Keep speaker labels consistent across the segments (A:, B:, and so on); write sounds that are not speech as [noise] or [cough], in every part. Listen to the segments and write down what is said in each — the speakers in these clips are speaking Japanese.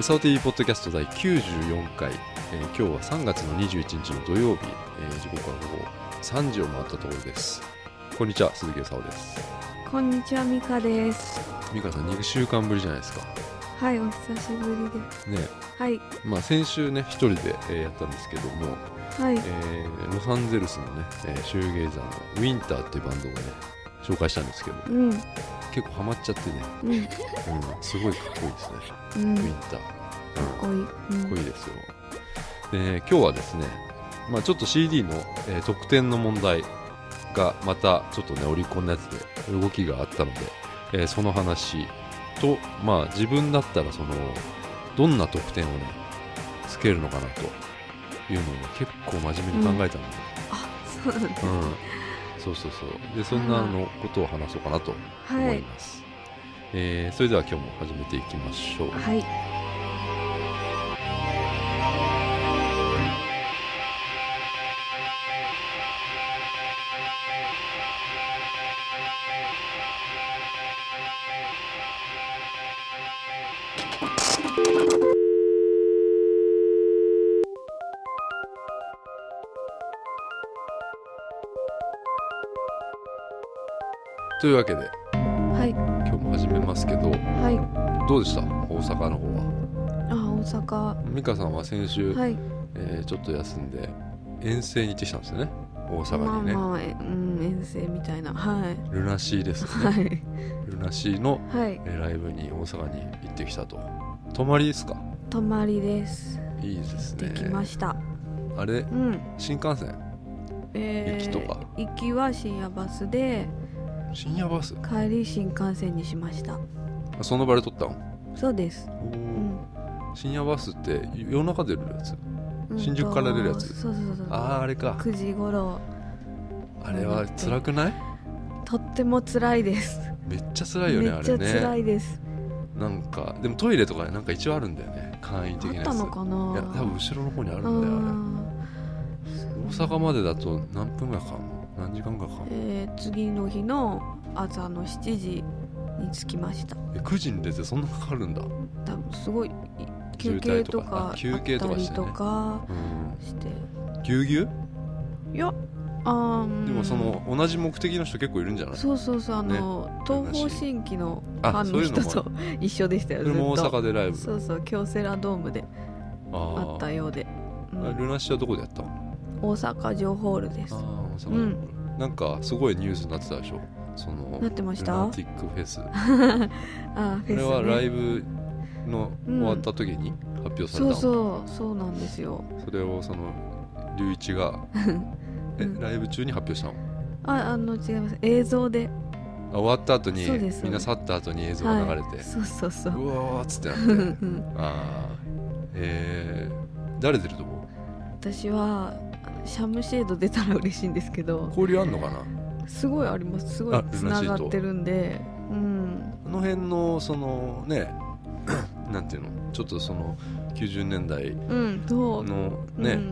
A: サオティポッドキャスト第94回、えー今日は3月の21日の土曜日、えー時刻は午後3時を回ったところですこんにちは鈴木沙おです
B: こんにちは、ミカです。
A: 美香さん2週間ぶりじゃないですか
B: はい、お久しぶりです。
A: ね
B: はい、
A: まあ先週ね一人で、えーやったんですけども、
B: はい
A: え、ーロサンゼルスのね、えーシューゲイザーのウィンターっていうバンドをね紹介したんですけど
B: うん、うん、
A: 結構ハマっちゃってね、
B: うん、
A: うん、すごいかっこいいですねウィンターうん
B: こいい。うん
A: 濃いですよ。で今日はですね、まあ、ちょっと CD の、えー特典の問題がまたちょっとねオリコンのやつで動きがあったので、えーその話と、まあ、自分だったらそのどんな特典をねつけるのかなというのを、ね、結構真面目に考えたので、
B: あ、そうなんだ。
A: うんそうそうそうでそんなあのことを話そうかなと
B: は
A: 思い
B: い、
A: ます。えーそれでは今日も始めていきましょう。
B: はい、
A: というわけで
B: はい、
A: 今日も始めますけど、
B: はい。
A: どうでした大阪の方は
B: あ、大阪。
A: 美香さんは先週、
B: はい、
A: えーちょっと休んで遠征に行ってきたんですよね大
B: ま
A: 阪
B: あ
A: にね、
B: まあ、えうん、遠征みたいな。はい、
A: ルナシーですね、
B: はい、
A: ルナシーの、
B: はい、
A: えーライブに大阪に行ってきたと泊まりですか
B: 泊まりです。
A: いいです
B: で
A: ね
B: きました。
A: あれ
B: うん、
A: 新幹線
B: え
A: 行きとか
B: 行きは深夜バスで、
A: 深夜バス
B: 帰り新幹線にしました。
A: あその場で撮ったの
B: そうです。
A: おー
B: うん、
A: 深夜バスって夜中出るやつ
B: うんと
A: 新宿から出るやつ
B: そうそうそうそう。
A: あーあれか
B: 9時頃、
A: あれは辛くない
B: とっても辛いです。
A: めっちゃ辛いよね
B: め
A: あ
B: っち
A: れ
B: ゃ辛
A: ね
B: いです。
A: なんかでもトイレとかなんか一応あるんだよね簡易的な
B: あ
A: や
B: っ
A: つ
B: たのかない
A: や多分後ろの方にあるんだ
B: う
A: よあれ
B: ん
A: 大阪までだと何分ぐらいかかんの何時間ぐらいかかんの
B: えー次の日の朝の7時に着きました
A: え9時に出てそんなかかるんだ
B: 多分すごい
A: 渋
B: 休
A: 滞
B: 憩
A: と
B: と
A: か
B: か
A: あ休憩とか
B: あった
A: し
B: り
A: てね
B: とか
A: うん
B: して
A: ぎゅうぎゅう
B: いやあー
A: でもその同じ目的の人結構いるんじゃない
B: そうそうそうあの、東方神起のファンの人
A: あそういうの
B: と一緒でしたよ
A: それも大
B: ずっと
A: 阪でライブ
B: そうそう京セラドームであ
A: あ
B: った
A: ー
B: ようで、うん
A: ルナシーはどこでやったの
B: 大阪城ホールです
A: ああ大阪
B: う
A: で、なんかすごいニュースになってたでしょその
B: なってました
A: ルナティックフェスこ
B: あーフェス、ね、
A: れはライブの終わった時に発表されたの、
B: そうそうそうなんですよ
A: それをその龍一
B: [laughs]
A: がえ
B: うん
A: ライブ中に発表したの
B: ああの違います映像で
A: あ終わった後に
B: そうです
A: みんな去った後に映像が流れて、
B: はい、そうそうそう
A: うわーっつってなっ
B: う [laughs]
A: て
B: ん
A: ああえー、誰出ると思
B: 私はシャムシェード出たら嬉しいんですけ
A: う
B: ど
A: 交流あんのかなあ
B: すごいありますすご
A: あ
B: いつながってるんでうん
A: の辺のそのね [clears throat] なんていうのちょっとその90年代
B: うんそう
A: のね、
B: うん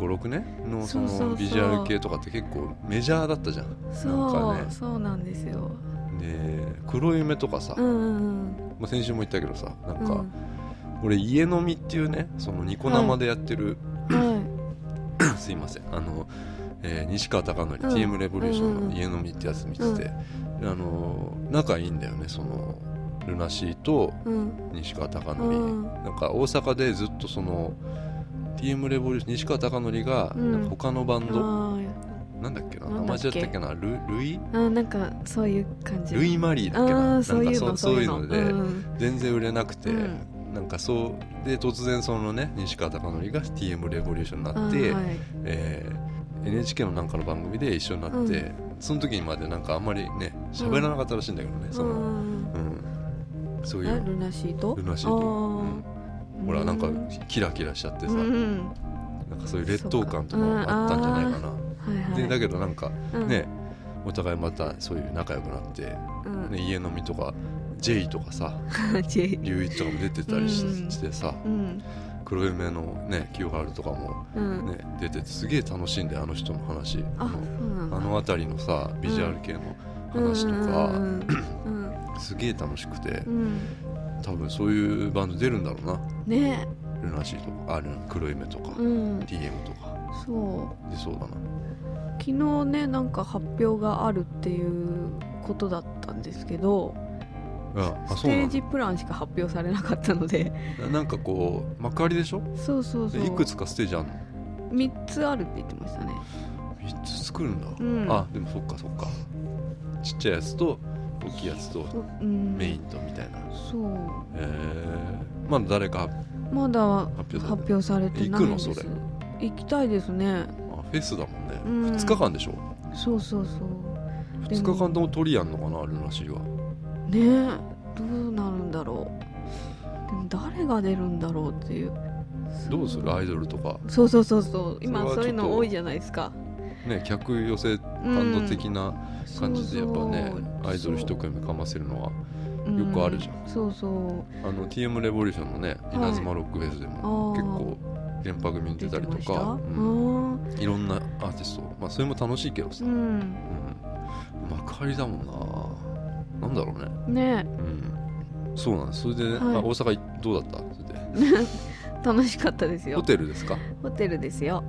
A: 956年のそ
B: そうそうそ
A: の
B: う
A: ビジュアル系とかって結構メジャーだったじゃん
B: そ
A: なんか
B: う
A: ね
B: そうなんですよ
A: で黒夢とかさ、
B: うんうん
A: まあ、先週も言ったけどさな
B: うんん
A: か、俺家飲みっていうねそのニコ生でやってる、
B: は
A: すいませんあの、えー西川貴教、
B: ん
A: TM レボリューション
B: うん
A: の
B: うん
A: 家飲みってやつ見てて、あの仲いいんだよねそのルナシーと
B: いうん
A: 西川貴教、
B: うん
A: なんか大阪でずっとその TM レボリューション西川貴教が
B: うん
A: なんか他のバンド、
B: は
A: なんだっけな
B: な
A: 名
B: ん
A: 前
B: だっ
A: 違
B: け
A: ったっけなルルイ
B: いあなんかそういう感じ
A: ルイマリーだっけな
B: あ
A: なん
B: あ
A: か
B: そういうの
A: そういうので、
B: うん
A: 全然売れなくて、
B: うん
A: なんかそうで突然そのね西川貴教が TM レボリューションになって、
B: あーはい
A: えー NHK のなんかの番組で一緒になって、
B: うん
A: その時にまでなんかあんまりね喋らなかったらしいんだけどね、その、
B: うん
A: うんそうい
B: あ
A: う
B: ルナシーと
A: ルナシーと、うん
B: あー
A: ほらなんか
B: うん
A: キラキラしちゃってさ、
B: うん
A: なんかそういう劣等感とかもあったんじゃないかな、
B: はいはい
A: でだけどなんか
B: うん
A: ね、お互いまたそういう仲良くなって、ね、
B: [laughs] うん
A: 家飲みとか J とかさ
B: J
A: 龍一とかも出てたりし,、
B: うん
A: てさ
B: うん
A: 黒夢のね清原とかも
B: うん、
A: ね出ててすげえ楽しいんだよあの人の話
B: あそうなんだ
A: あの辺りのさビジュアル系の話とか、
B: うんうん
A: すげえ楽しくて
B: うん
A: 多分そういうバンド出るんだろうな
B: ね
A: ルナシーとかあルナ黒夢とか、
B: うん
A: TM とか
B: そう
A: 出そうだな
B: 昨日ねなんか発表があるっていうことだったんですけど
A: ああ
B: ス
A: そう
B: テ
A: なん
B: ー
A: だ
B: ジプランしか発表されなかったので
A: ななんかこう幕張でしょ
B: そうそう
A: で
B: そう
A: いくつかステージあるの
B: 3つあるって言ってましたね
A: 3つ作るんだ、
B: うん
A: あでもそっかそっかちっちゃいやつと大きいやつと
B: そううん
A: メインとみたいなへ
B: そう
A: えまだ誰か
B: まだ
A: 発表さ
B: 発
A: れてない
B: 表されてないん
A: 行くのそ
B: です
A: れ
B: 行きたいですね
A: あフェスだもんね、
B: うん
A: 2日間でしょ
B: そうそうそう
A: 2日間とも取りやんのかなルナシーは
B: ねえどうなるんだろうでも誰が出るんだろうっていう
A: どうするアイドルとか
B: そうそうそうそう今
A: それはちょっと
B: そういうの多いじゃないですか
A: ね客寄せバンド的な感じでやっぱね、アイドル一
B: 組
A: 組かませるのは
B: よ
A: よくあるじゃん
B: そうそう
A: あの TM レボリューションのね
B: い
A: 稲妻ロックフェスでも
B: あ
A: 結
B: ー
A: 構電波組に出たりと
B: 出てました
A: か、うん
B: う
A: いろんなアーティストまあそれも楽しいけどさ、
B: ん
A: うん、幕張だもんななんだろうね
B: うんね
A: うんそうなんですそれで、ね
B: はい
A: あ大阪どうだったそれで
B: え楽しかったです
A: ホ
B: よ
A: テルですか
B: ホテルですよ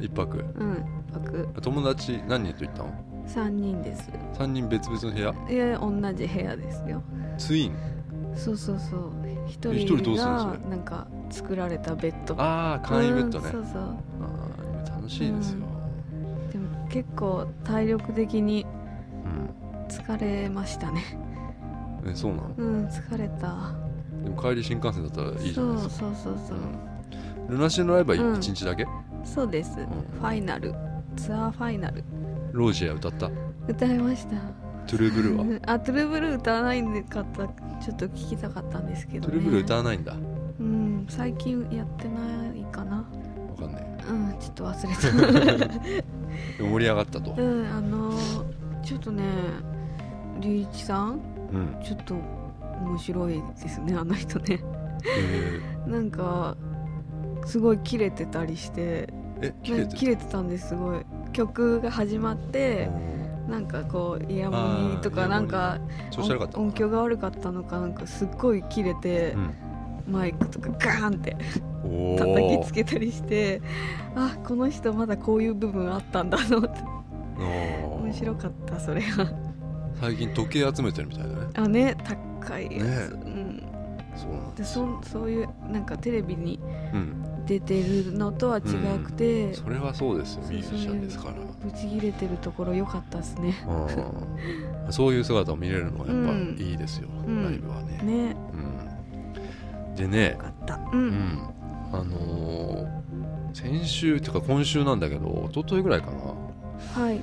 A: 一泊
B: うん一泊
A: 友達何人と行ったの
B: 3人です
A: 3人別々の部屋
B: いや同じ部屋ですよ
A: ツイン
B: そうそうそう一
A: 一人ど
B: 人
A: うするのそ
B: が
A: れ
B: なんか作られたベッド
A: ああ簡易ベッドね、
B: うんそうそう
A: あー今楽しいですよ、
B: でも結構体力的に
A: うん
B: 疲れましたね [laughs]
A: えそうなの
B: うん疲れた
A: でも帰り新幹線だったらいいじゃないですか
B: そうそうそうそう、
A: うんルナシーのライブは
B: うん
A: 1日だけ、
B: そうです、
A: ん
B: ファイナルツアーファイナル
A: ロージェ歌ったト
B: 歌いました
A: ゥルーブルーは
B: うんあトゥルーブルー歌わないんでかったちょっと聞きたかったんですけど、
A: トゥ
B: ね、
A: ルーブルー歌わないんだわ
B: うん最近やってないかな
A: かんない
B: うんちょっと忘れた
A: でも盛り上がったと [laughs]
B: う、んあのーちょっとね龍一さん
A: うん
B: ちょっと面白いですねあの人ね [laughs]
A: え
B: なんかすごい切れてたりして
A: ーえ切
B: な
A: れて
B: んか
A: た
B: 切れてたんですすごい曲が始まって
A: うん
B: なんかこうイヤモニと
A: あ
B: か
A: ー
B: なんか
A: 調子悪かった
B: 音音響が悪かったのかなんかすっごい切れて、マイクとかガーンって
A: おお
B: 叩きつけたりしてあこの人まだこういう部分あったんだと思って面白かったそれが
A: 最近時計集めてるみたいだね
B: あね高いやつ、
A: ね
B: うん
A: そうなん
B: でそそういうなんかテレビに
A: うん
B: 出てるのとは違くて、
A: それはそうですよミュージシャンですから
B: ブチ切れてるところ良かったですね
A: [laughs] うんそういう姿を見れるのがやっぱいいですよ、
B: ん
A: ライブはね
B: ね
A: うんでね
B: 良、かったう
A: うんん、あのー先週っていうか今週なんだけど一昨日ぐらいかな
B: はい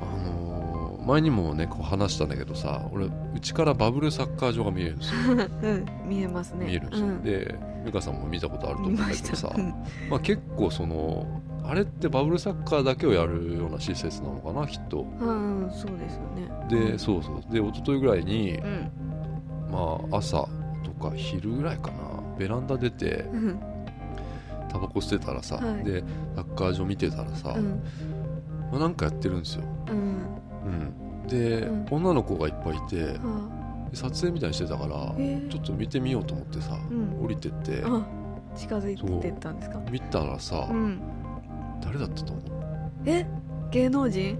A: あのー前にもねこう話したんだけどさ俺うちからバブルサッカー場が見えるんですよ、
B: うん見えますね
A: 見えるんですよ、
B: うん
A: で美香さんも見たことあると思う
B: 見
A: んだ
B: ま
A: け
B: し
A: ど
B: た
A: さ
B: うん
A: まあ、結構そのあれってバブルサッカーだけをやるような施設なのかなきっと
B: うんうんそうですよね
A: でそうそうで一昨日ぐらいに
B: う、ん
A: まあ、朝とか昼ぐらいかなベランダ出て
B: うん
A: タバコ捨てたらさ、
B: はい
A: でサッカー場見てたらさ、
B: うん
A: まあ、なんかやってるんですよ、
B: うん
A: うん、で、
B: うん
A: 女の子がいっぱいいてで
B: あ
A: 撮影みたいにしてたから
B: へえ
A: ちょっと見てみようと思ってさ、
B: うん
A: 降りてって
B: あ近づいてったんですか
A: 見たらさ、
B: うん
A: 誰だったと思う
B: え芸能人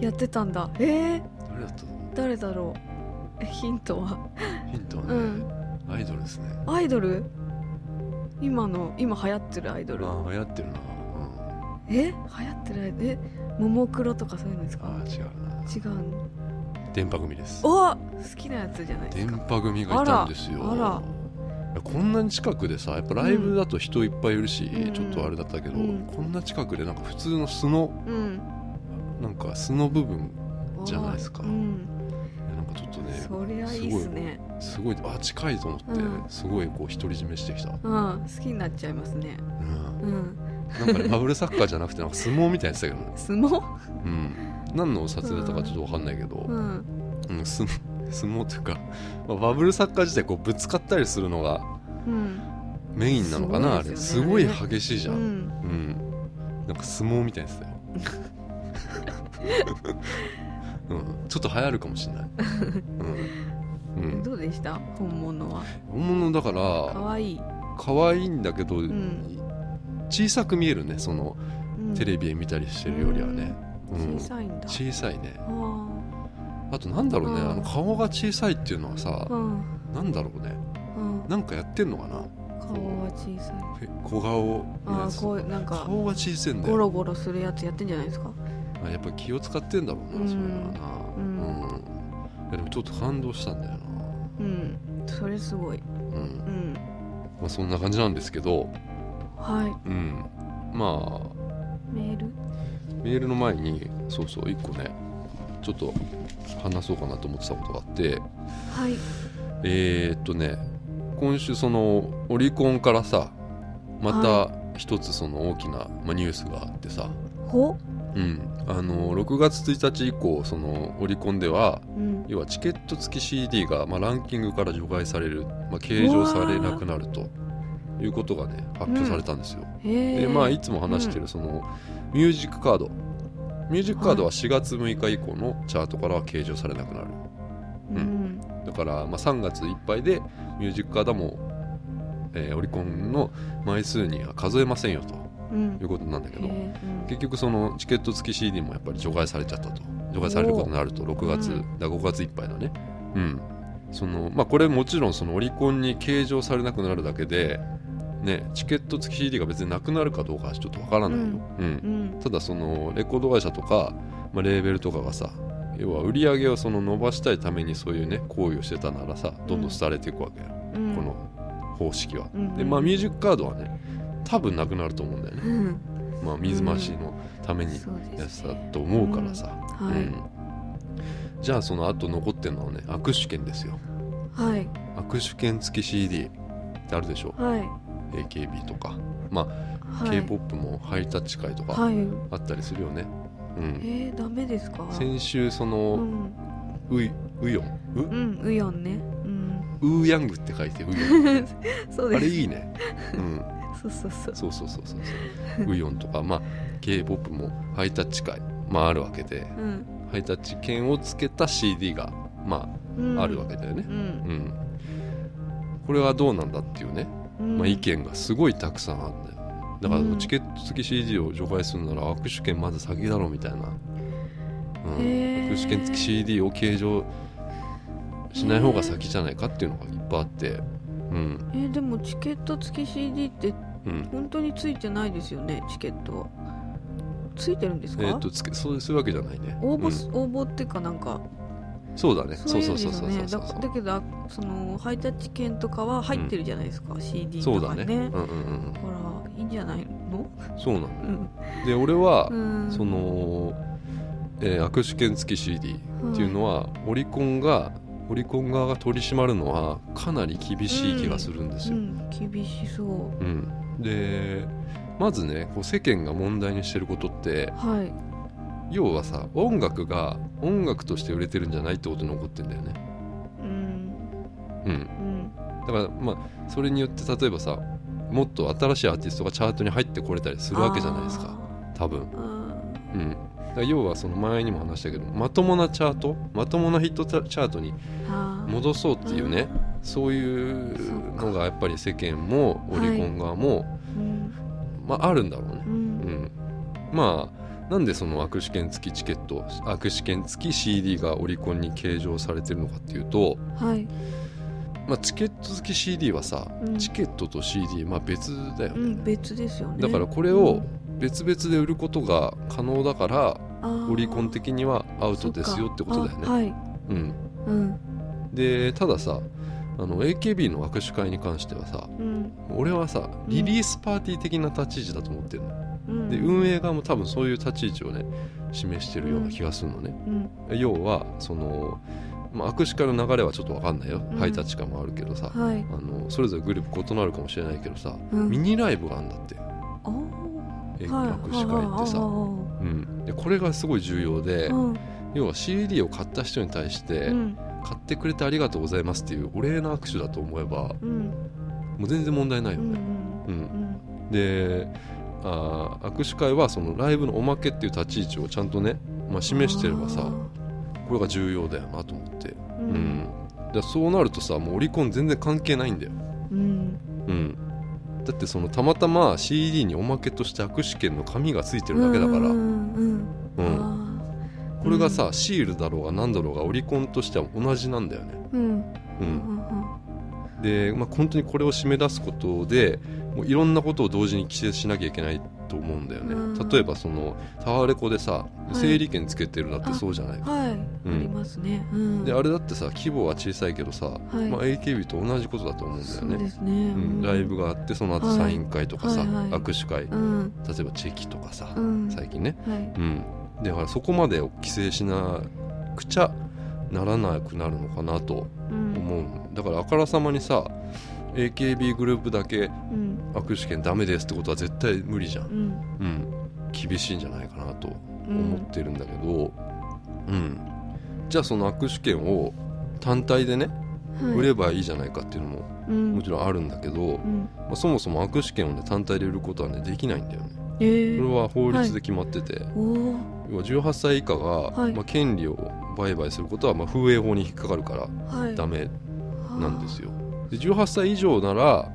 B: やってたんだえー
A: 誰だったと思
B: 誰だろうえヒントは
A: うヒントはね、
B: うん
A: アイドルですね
B: アイドル今の今流行ってるアイドル
A: ああ流行ってるな、うん、
B: え流行ってるアイドルえももクロとかそういうのです
A: あ
B: か
A: あ違うな
B: 違うの
A: 電波組です
B: お好きなやつじゃないです
A: 電
B: か
A: 波組がいたんですよ
B: あらあ
A: いやこんなに近くでさやっぱライブだと人いっぱいいるし、
B: うん
A: ちょっとあれだったけど、
B: うん
A: こんな近くでなんか普通の素の
B: うん
A: なんか素の部分じゃないですか
B: うん、
A: なんかちょっとね
B: そりゃいいっすね
A: すごいあ独りと思って、
B: うん
A: すごいこう独り占めしてきた、うん
B: うん好きになっちゃいますねうん
A: なんかねバブルサッカーじゃなくてなんか相撲みたいにしてたけどね、
B: 相撲
A: うん、何の撮影だったかちょっと分かんないけど、
B: うん
A: うん、相撲相撲というか、まあ、バブルサッカー自体こうぶつかったりするのが
B: うん
A: メインなのかなあれす
B: す
A: ご
B: ご
A: い
B: いですよね
A: 激しいじ
B: う
A: ゃん、
B: ん
A: うん、なんか相撲みたいですよ、
B: [laughs]
A: うん、ちょっと流行るかもしれない、うん、うん
B: どうでした本物は
A: 本物だから
B: 可愛い
A: 可愛いんだけど、
B: ん
A: 小さく見えるねそのテレ
B: ビ
A: ビで見たりしてるよりはね、うん
B: 小さいんだ
A: 小さいね
B: あー
A: あとなんだろうね
B: うん
A: あの顔が小さいっていうのはさ
B: うん
A: なんだろうね
B: うん
A: なんかやってんのかな
B: 顔は小さい
A: え小顔の
B: あ
A: や
B: あ
A: つ
B: こういうなんか
A: 顔が小さいんだ
B: ゴ
A: よ
B: ロゴロするやつやってんじゃないですか
A: あやっぱ気を使ってんだろうな、
B: うん
A: そういうのはなう
B: うんん、
A: いやでもちょっと感動したんだよ
B: うんそれすごい
A: なうん
B: うん
A: まあ、そんな感じなんですけど、
B: はい
A: うん、まあ
B: メール
A: メールの前にそうそう1個ねちょっと話そうかなと思ってたことがあって
B: はい
A: えーっとね今週そのオリコンからさま
B: は
A: た一つその大きな、まあ、ニュースがあってさ、
B: ほ
A: うん、あの6月1日以降そのオリコンでは
B: うん
A: 要はチケット付き CD が、まあ、ランキングから除外される、まあ、計上されなくなるということがね発表されたんですよ。
B: へ
A: で
B: え
A: まあいつも話してるその、ミュージックカードミュージックカードは4月6日以降のチャートからは計上されなくなる
B: うんうん
A: だから、まあ、3月いっぱいでミュージックカードも、えーオリコンの枚数には数えませんよと
B: うん
A: いうことなんだけど
B: へえ
A: 結局そのチケット付き CD もやっぱり除外されちゃったと除外されることになると6月、
B: うん
A: だ5月いっぱいだねうんそのまあこれもちろんそのオリコンに計上されなくなるだけでねチケット付き CD が別になくなるかどうかはちょっとわからないよ、うん
B: うん
A: ただそのレコード会社とか、まあ、レーベルとかがさ要は売り上げをその伸ばしたいためにそういうね行為をしてたならさどんどん廃れていくわけや、
B: うん
A: この方式は、
B: うん
A: でまあミュージックカードはね多分なくなると思うんだよね
B: うん
A: まあ、水増しのために
B: そうで
A: やつ
B: す
A: だ
B: ね
A: と思うからさ、うん
B: はい
A: じゃあその後残ってるのはね握手券ですよ
B: はい
A: 握手券付き CD ってあるでしょ
B: はい
A: AKB とか、まあ
B: はい
A: k p o p もハイタッチ会とか
B: はい
A: あったりするよね、うん、
B: えーダメですか
A: 先週そうの
B: ん
A: ウイウヨン
B: うんウヨンねうん
A: ウウーヤングって書いてウヨン
B: そう
A: あ
B: で
A: れ
B: す
A: いい
B: [laughs]
A: ね、うん、
B: そうそうそう
A: そうそうそうそうそうウヨンとか、まあ、k p o p もハイタッチ会、まあ、あるわけで
B: うん
A: ハイタッチ券をつけた CD が、ま
B: うん
A: あ、あるわけだよね
B: う。ん
A: うんこれはどうなんだっていうね、
B: うん
A: まあ、意見がすごいたくさんあるんだよ。だから
B: うん
A: チケット付き CD を除外するなら握手券まず先だろみたいな、うん
B: へー
A: 握手券付き CD を計上しない方が先じゃないかっていうのがいっぱいあって、うん
B: えーでもチケット付き CD って
A: うん
B: 本当についてないですよねチケットはついてるんです
A: え
B: か、
A: ー、とつけそうそういうわけじゃないね
B: 応募
A: う
B: す、応募っていうかなんか
A: んそうだね
B: そ
A: そうう
B: い
A: そうう
B: です
A: そ
B: よ
A: うそう
B: ね
A: そ
B: だ
A: うそう
B: だけどあそのハイタッチ券とかは入ってるじゃないですか、CD
A: そうだ
B: とか
A: ね
B: ね
A: うんうんうん
B: だからいいんじゃないの
A: そうなの
B: うん、
A: で俺は、
B: うん、
A: その、えー握手券付き CD っていうのは、オリコンがオリコン側が取り締まるのはかなり厳しい気がするんです
B: う
A: よ。
B: ん、厳しそう
A: うんでまずねこう世間が問題にしてることって
B: はい
A: 要はさ音楽が音楽として売れてるんじゃないってことに起こってんだよね。
B: うん
A: うん、
B: うん
A: だからまあそれによって例えばさもっと新しいアーティストがチャートに入ってこれたりするわけじゃないですか多分。
B: あーうん
A: うん、だから要はその前にも話したけどまともなチャートまともなヒットチャチャートに
B: あー
A: 戻そうっていうねそういうのがやっぱり世間もオ
B: はい
A: リコン側も、
B: うん
A: まああるんだろうね
B: う、
A: うんん、まあなんでその握手券付きチケット握手券付き CD がオリコンに計上されてるのかっていうと、
B: はい
A: まあ、チケット付き CD はさ、
B: うん
A: チケットと CD、まあ、別だよ
B: う
A: ね、
B: ん別ですよね
A: だからこれを別々で売ることが可能だからオ
B: オ
A: リコン的にはアウトですよってことだよね。
B: はい
A: うん、
B: うん
A: でたださあの AKB の握手会に関してはさ
B: うん
A: 俺はさ
B: ん
A: リリースパーティー的な立ち位置だと思ってるの。
B: うん
A: で運営側も多分そういう立ち位置をね示してるような気がするのね。
B: うん
A: 要はその、まあ、握手会の流れはちょっと分かんないよ、
B: うん
A: ハイタッチ感もあるけどさ
B: はい
A: あのそれぞれグループ異なるかもしれないけどさ、
B: うん
A: ミニライブがあんだって、
B: あー
A: え
B: は
A: 握
B: い
A: 手会って
B: あ
A: さ、
B: ー
A: うん、でこれがすごい重要で、
B: あーあーうん
A: 要は CD を買った人に対して、
B: うん
A: 買ってくれてありがとうございますっていうお礼の握手だと思えば
B: うん
A: もう全然問題ないよ
B: うん
A: ね。うん
B: うん
A: であー握手会はそのライブのおまけっていう立ち位置をちゃんとね、まあ、示してればさ
B: あ
A: これが重要だよなと思って、
B: う
A: うん
B: ん
A: だからそうなるとさもうオリコン全然関係ないんだよ、
B: うん
A: うん、だってそのたまたま CD におまけとして握手券の紙がついてるだけだから、
B: う
A: うん
B: んうんうんあ
A: これがさシールだろうが何だろうがオリコンとしては同じなんだよね、
B: ーうん
A: う、
B: うんんうん
A: で、まあ、本当にこれを締め出すことでもういろんなことを同時に規制しなきゃいけないと思うんだよね、
B: うん
A: 例えばそのタワレコでさ
B: い
A: 整理券つけてるだってそうじゃないか、
B: はい、
A: うん
B: ありますねうん
A: であれだってさ規模は小さいけどさ、
B: はい
A: まあ、AKB と同じことだと思うんだよ
B: そう
A: ね
B: ですね、
A: う、
B: うんん
A: ライブがあってその後
B: はい
A: サイン会とかさ、
B: はいはい
A: 握手会
B: うん
A: 例えばチェキとかさ、
B: うん
A: 最近ね、
B: はい
A: うん、だからそこまでを規制しなくちゃならなくなるのかなと
B: うん
A: 思うだからあからさまにさ AKB グループだけ
B: うん
A: 握手券ダメですってことは絶対無理じゃん、
B: うん
A: うん、厳しいんじゃないかなと
B: う
A: 思
B: ん
A: ってるんだけど、うんじゃあその握手券を単体でね
B: はい
A: 売ればいいじゃないかっていうのも
B: うん
A: もちろんあるんだけど、
B: うん
A: まあ、そもそも握手券を、ね、単体で売ることは、ね、できないんだよね。
B: え
A: これ
B: ー、
A: は法律で決まってて、
B: おお
A: 要は18歳以下が、
B: はい
A: まあ、権利を売買することは、まあ、風営法に引っかかるから
B: はい
A: ダメなんですよ。で18歳以上なら
B: は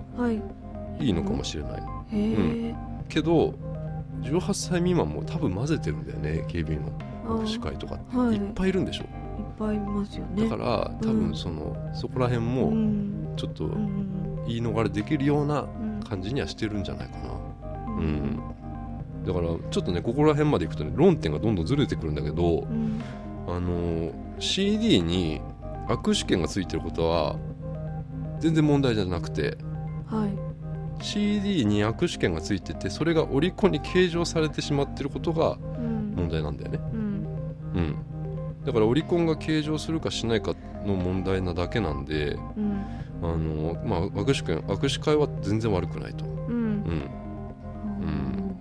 B: い
A: いいのかもしれない
B: へえ、
A: けど18歳未満も多分混ぜてるんだよね AKB の
B: あー
A: 握手会とかって、
B: はい
A: い、っぱいいるんでしょ
B: いっぱいいますよね
A: だから多分その、そこら辺
B: う
A: も
B: ん
A: ちょっと
B: うん
A: 言い逃れできるような
B: うん
A: 感じにはしてるんじゃないかな。
B: う
A: うんん、だからちょっとねここら辺までいくとね論点がどんどんずれてくるんだけど
B: う、ん
A: あのー CD に握手券がついてることは全然問題じゃなくて
B: はい
A: CD に握手券がついててそれがオリコンに計上されてしまってることが
B: うん
A: 問題なんだよね、
B: うん
A: うん、だからオリコンが計上するかしないかの問題なだけなんで、
B: うん
A: あのーまあ、握手券握手会は全然悪くないと。
B: うん
A: うん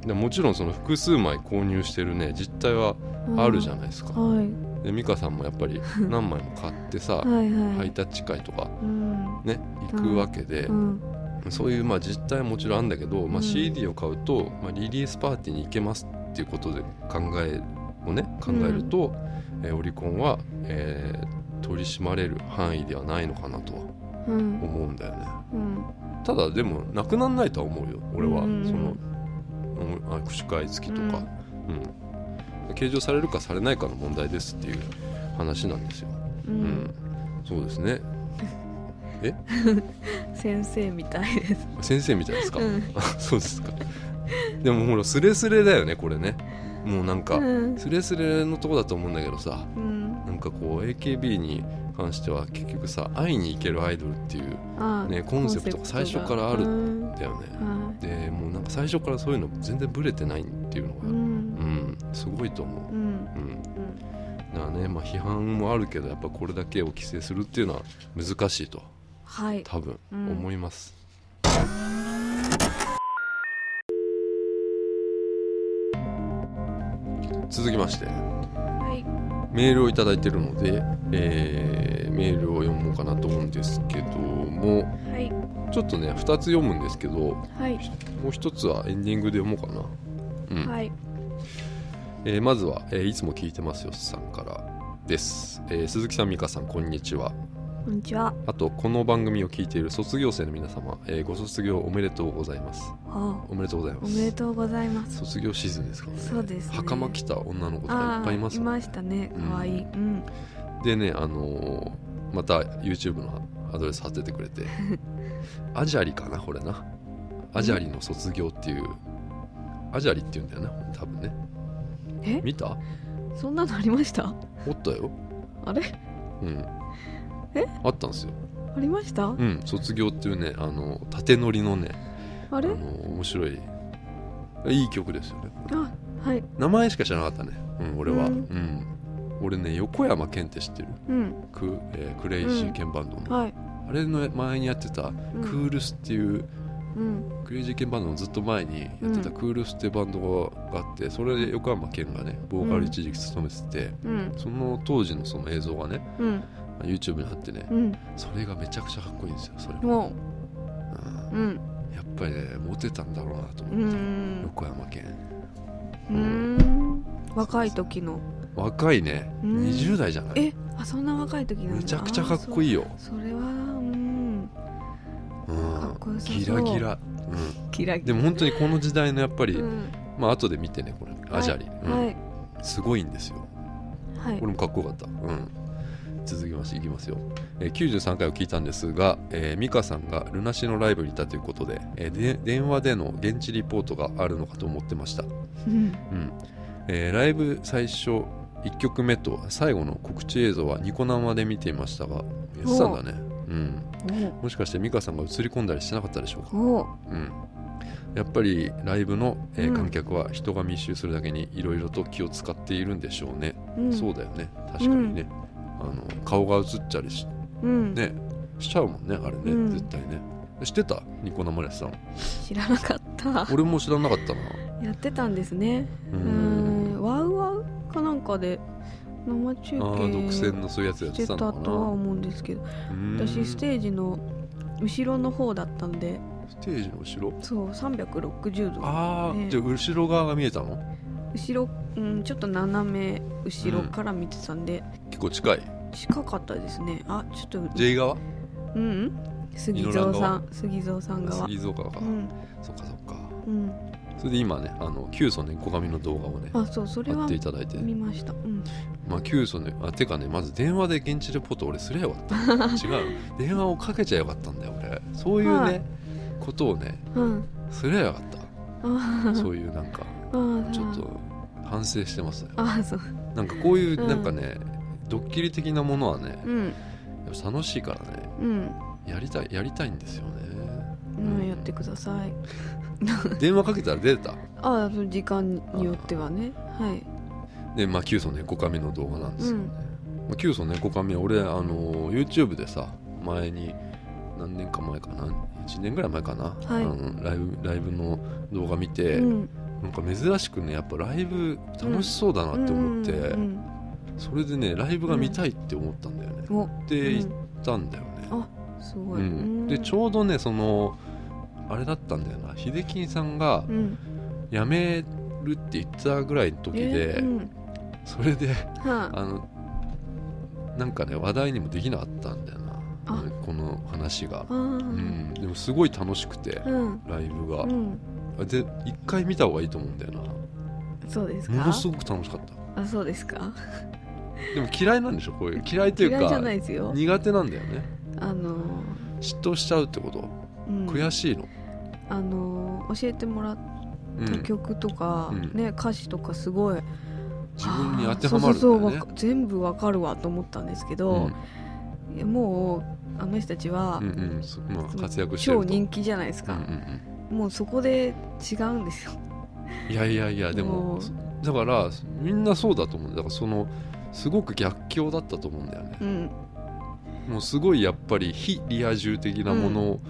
A: うん、でもちろんその複数枚購入してるね実態はあるじゃないですか、
B: はい
A: で美香さんもやっぱり何枚も買ってさ、
B: はいはい
A: ハイタッチ会とか
B: うん
A: ね行くわけで
B: う、ん
A: そういうまあ実態はもちろんあるんだけど、ま
B: う
A: あ、
B: ん
A: CD を買うと、まあ、リリースパーティーに行けますっていうことで考えをね考えると、えーオリコンは、えー取り締まれる範囲ではないのかなとは
B: うん
A: 思うんだよね
B: うん
A: ただでもなくなんないとは思うよ俺は、
B: うん
A: そのうん握手会付きとか、うん計上されるかされないかの問題ですっていう話なんですよ、
B: う
A: うん
B: ん
A: そうですね
B: 先生みたいです
A: 先生みたいですか、
B: うん
A: あ [laughs] そうですかでもほらスレスレだよねこれねもうなんか、
B: うん
A: スレスレのとこだと思うんだけどさ
B: うん
A: なんかこう AKB に関しては結局さ会いに行けるアイドルっていう
B: あー
A: ねコンセプトが最初からある
B: うんは
A: だよね
B: い
A: でもうなんか最初からそういうの全然ブレてないっていうのが
B: う
A: うんんすごいと思う
B: うん
A: うん、だからね、まあ、批判もあるけどやっぱこれだけを規制するっていうのは難しいと
B: はい
A: 多分
B: うん
A: 思います、続きまして
B: はい
A: メールを頂いただいてるので、えーメールを読もうかなと思うんですけども
B: はい
A: ちょっとね2つ読むんですけども
B: はい、
A: う1つはエンディングで読もうかな、うん
B: はい、
A: えーまずは、えーいつも聞いてますよさんからです、えー鈴木さん美香さんこんにちは
B: こんにちは。
A: あとこの番組を聞いている卒業生の皆様、えーご卒業おめでとうございます
B: あ
A: おめでとうござい
B: お
A: ます
B: めでとうございます。
A: 卒業シーズンですからね
B: そうですね
A: 袴着た女の子とかい
B: あ
A: っ
B: あ
A: ぱ
B: ー
A: いいますもん
B: ましたね。
A: うん
B: 可愛いうん。
A: でねあのーまた YouTube のアドレス貼っててく
B: [laughs]
A: れてアジャリかなこれなアジャリの卒業っていうアジャリって言うんだよな多分ね
B: え
A: 見た
B: そんなのありました？
A: おったよ
B: あれ？
A: うん
B: え
A: あったんですよ
B: ありました？
A: うん、卒業っていうね、あの縦乗りのね、
B: あ
A: あ
B: れ
A: の？面白い、いい曲ですよね。
B: あ、はい。
A: 名前しか知らなかったね、うん、俺は。う
B: うんん
A: 俺ね、横山健って知ってる
B: うん。
A: ク,、えークレイジーケンバンドの、
B: はい。
A: あれの前にやってた、
B: うん
A: クールスっていう、
B: うん。
A: クレイジーケンバンドのずっと前にやってた
B: うん
A: クールスっていうバンドがあって、それで横山健がね、ボーカル一時期務めてて、
B: うん。
A: その当時のその映像がね、
B: うん。
A: YouTube にあってね、
B: うん。
A: それがめちゃくちゃかっこいいんですよ、それも。
B: も
A: うん
B: う。うん。
A: やっぱりねモテたんだろうなと
B: う
A: 思って、
B: ん。
A: 横山県
B: うーん。若い時の。
A: う若いね
B: うん
A: 20代じゃない
B: えあそんな若い時なんだ
A: めちゃくちゃかっこい
B: い
A: いよ、
B: そそれはうん
A: う
B: かっこよ
A: ん、
B: さそう
A: ギラギラ、
B: キラ
A: うん、
B: キ
A: で
B: ラ
A: も本当にこの時代のやっぱり、
B: うん
A: まあ後で見てねこれアジャリ、うん
B: はい
A: すごいんですよ
B: はい
A: これもかっこよかった、うん、続きましていきますよ、えー93回を聞いたんですが、えー、美香さんがルナシのライブにいたということで,、えーで電話での現地リポートがあるのかと思ってました、
B: うん
A: うんえーライブ最初1曲目と最後の告知映像はニコ生で見ていましたがやってたんだね、うん、もしかして美香さんが映り込んだりしなかったでしょうか
B: おお
A: うん、やっぱりライブの、えー
B: うん
A: 観客は人が密集するだけにいろいろと気を使っているんでしょうね、
B: うん
A: そうだよね確かにね、あの顔が映ったりし,、
B: うん
A: ね、しちゃうもんねあれね、
B: うん
A: 絶対ね知ってたニコ生でさん
B: 知らなかった
A: 俺も知らなかったな
B: やってたんですね
A: う
B: うんんワウワウかなんかで生中継
A: あー独占のそういうやつやっ
B: して
A: てた
B: た
A: の
B: と
A: か
B: は
A: な
B: 思うんですけど
A: うん
B: 私ステージの後ろの方だったんで
A: ステージの後ろ
B: そう360度
A: ああ、
B: ね
A: じゃあ後ろ側が見えたの
B: 後ろ、うん、ちょっと斜め後ろから見てたんで、
A: 結構近い
B: 近かったですねあちょっと
A: J 側
B: うんうん杉蔵さん杉蔵さん側
A: 杉蔵側か、
B: うん
A: そっかそっか
B: うん
A: それで今ねあの旧ソ猫髪の動画をね
B: あそうそれ
A: や
B: は
A: っていただいて
B: 見ましたうん
A: まあ急遽ねあてかねまず電話で現地レポート俺すりゃよかった
B: [laughs]
A: 違う電話をかけちゃよかったんだよ俺そういうね、
B: はい
A: ことをね
B: うん
A: すりゃよかっ
B: あ
A: た
B: あ
A: そういうなんか
B: [laughs] あ
A: ちょっと反省してますね
B: ああそう
A: なんかこういう
B: うん
A: なんかね、ドッキリ的なものはね、
B: うん
A: やっぱ楽しいからね
B: うん
A: やりたいやりたいんですよね
B: うん、
A: うん
B: やってください
A: 電話かけたら出た
B: ああ時間によってはねはい
A: でまあ急遽猫髪の動画なんですよね、まあ、急遽猫髪は俺あの YouTube でさ前に何年か前かな1年ぐらい前かな、
B: はい
A: あのライブライブの動画見て、
B: うん
A: なんか珍しくねやっぱライブ楽しそうだなって思って、
B: うん
A: それでねライブが見たいって思ったんだよね、
B: うんうん、
A: で
B: お
A: 行ったんだよね、
B: あすご
A: う
B: い、
A: んでちょうどねそのあれだったんだよな秀樹さんが
B: うん
A: 辞めるって言ってたぐらいの時で、
B: えーうん
A: それで
B: は
A: あのなんかね話題にもできなかったんだよな
B: あ
A: この話が
B: あ、う、
A: うんんでもすごい楽しくて
B: うん、
A: ライブが
B: う、ん、
A: で一回見た方がいいと思うんだよな
B: そうです
A: も
B: か
A: のすごく楽しかった
B: あそうですか
A: でも嫌いなんでしょこういう嫌いという
B: 嫌いじゃ
A: か
B: ないですよ
A: 苦手なんだよね
B: あの、
A: 嫉妬しちゃうってこと、
B: うん、
A: 悔しいの
B: あの教えてもらっ
A: うん
B: た曲とか、
A: うん
B: ね歌詞とかすごい
A: 自分に当てはまるんだ
B: そう
A: よ
B: そうそう
A: ね
B: わか全部わかるわと思ったんですけど、いやもうあの人たちは、
A: うんうんうんそまあ活躍してる
B: 超
A: と
B: 人気じゃないです
A: うん
B: か、
A: うん
B: もうそこで違うんですよ
A: うんいやいやいやでも
B: もう
A: だからみんなそうだと思うんだよだからそのすごく逆境だったと思うんだよね
B: うん
A: もうすごいやっぱり非リア充的なもの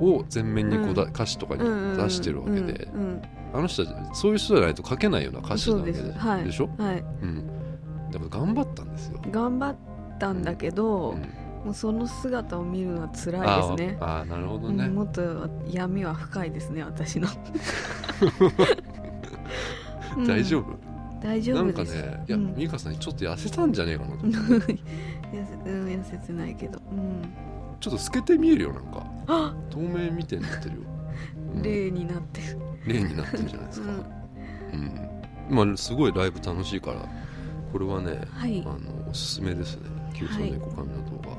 A: を前面にこだ、歌詞とかに
B: うんうんうん
A: 出してるわけで、
B: うんうん
A: あの人たちそういう人じゃないと書けないような歌詞なわけで
B: そう
A: で,、
B: ですはい
A: しょ、
B: はい、
A: うん、だから頑張ったんですよ、
B: 頑張ったんだけど、
A: うん
B: もうその姿を見るのは辛いですね
A: あーあーなるほど
B: うん
A: ね、
B: もっと闇は深いですね
A: [laughs]
B: 私の、うん
A: 大丈夫、
B: 大丈
A: なん
B: 夫
A: か
B: です
A: ねいや、
B: うん [laughs]
A: 美香さんちょっと痩せたんじゃねえかなと思って
B: 痩せうん痩せてないけど、うん、
A: ちょっと透けて見えるよなんか
B: あ
A: 透明みたいになってるよ、うん
B: 霊になってる、
A: 例になってるじゃないですか、
B: う
A: うんまあすごいライブ楽しいからこれはね
B: はい
A: あのおすすめですね「九条猫髪の動画」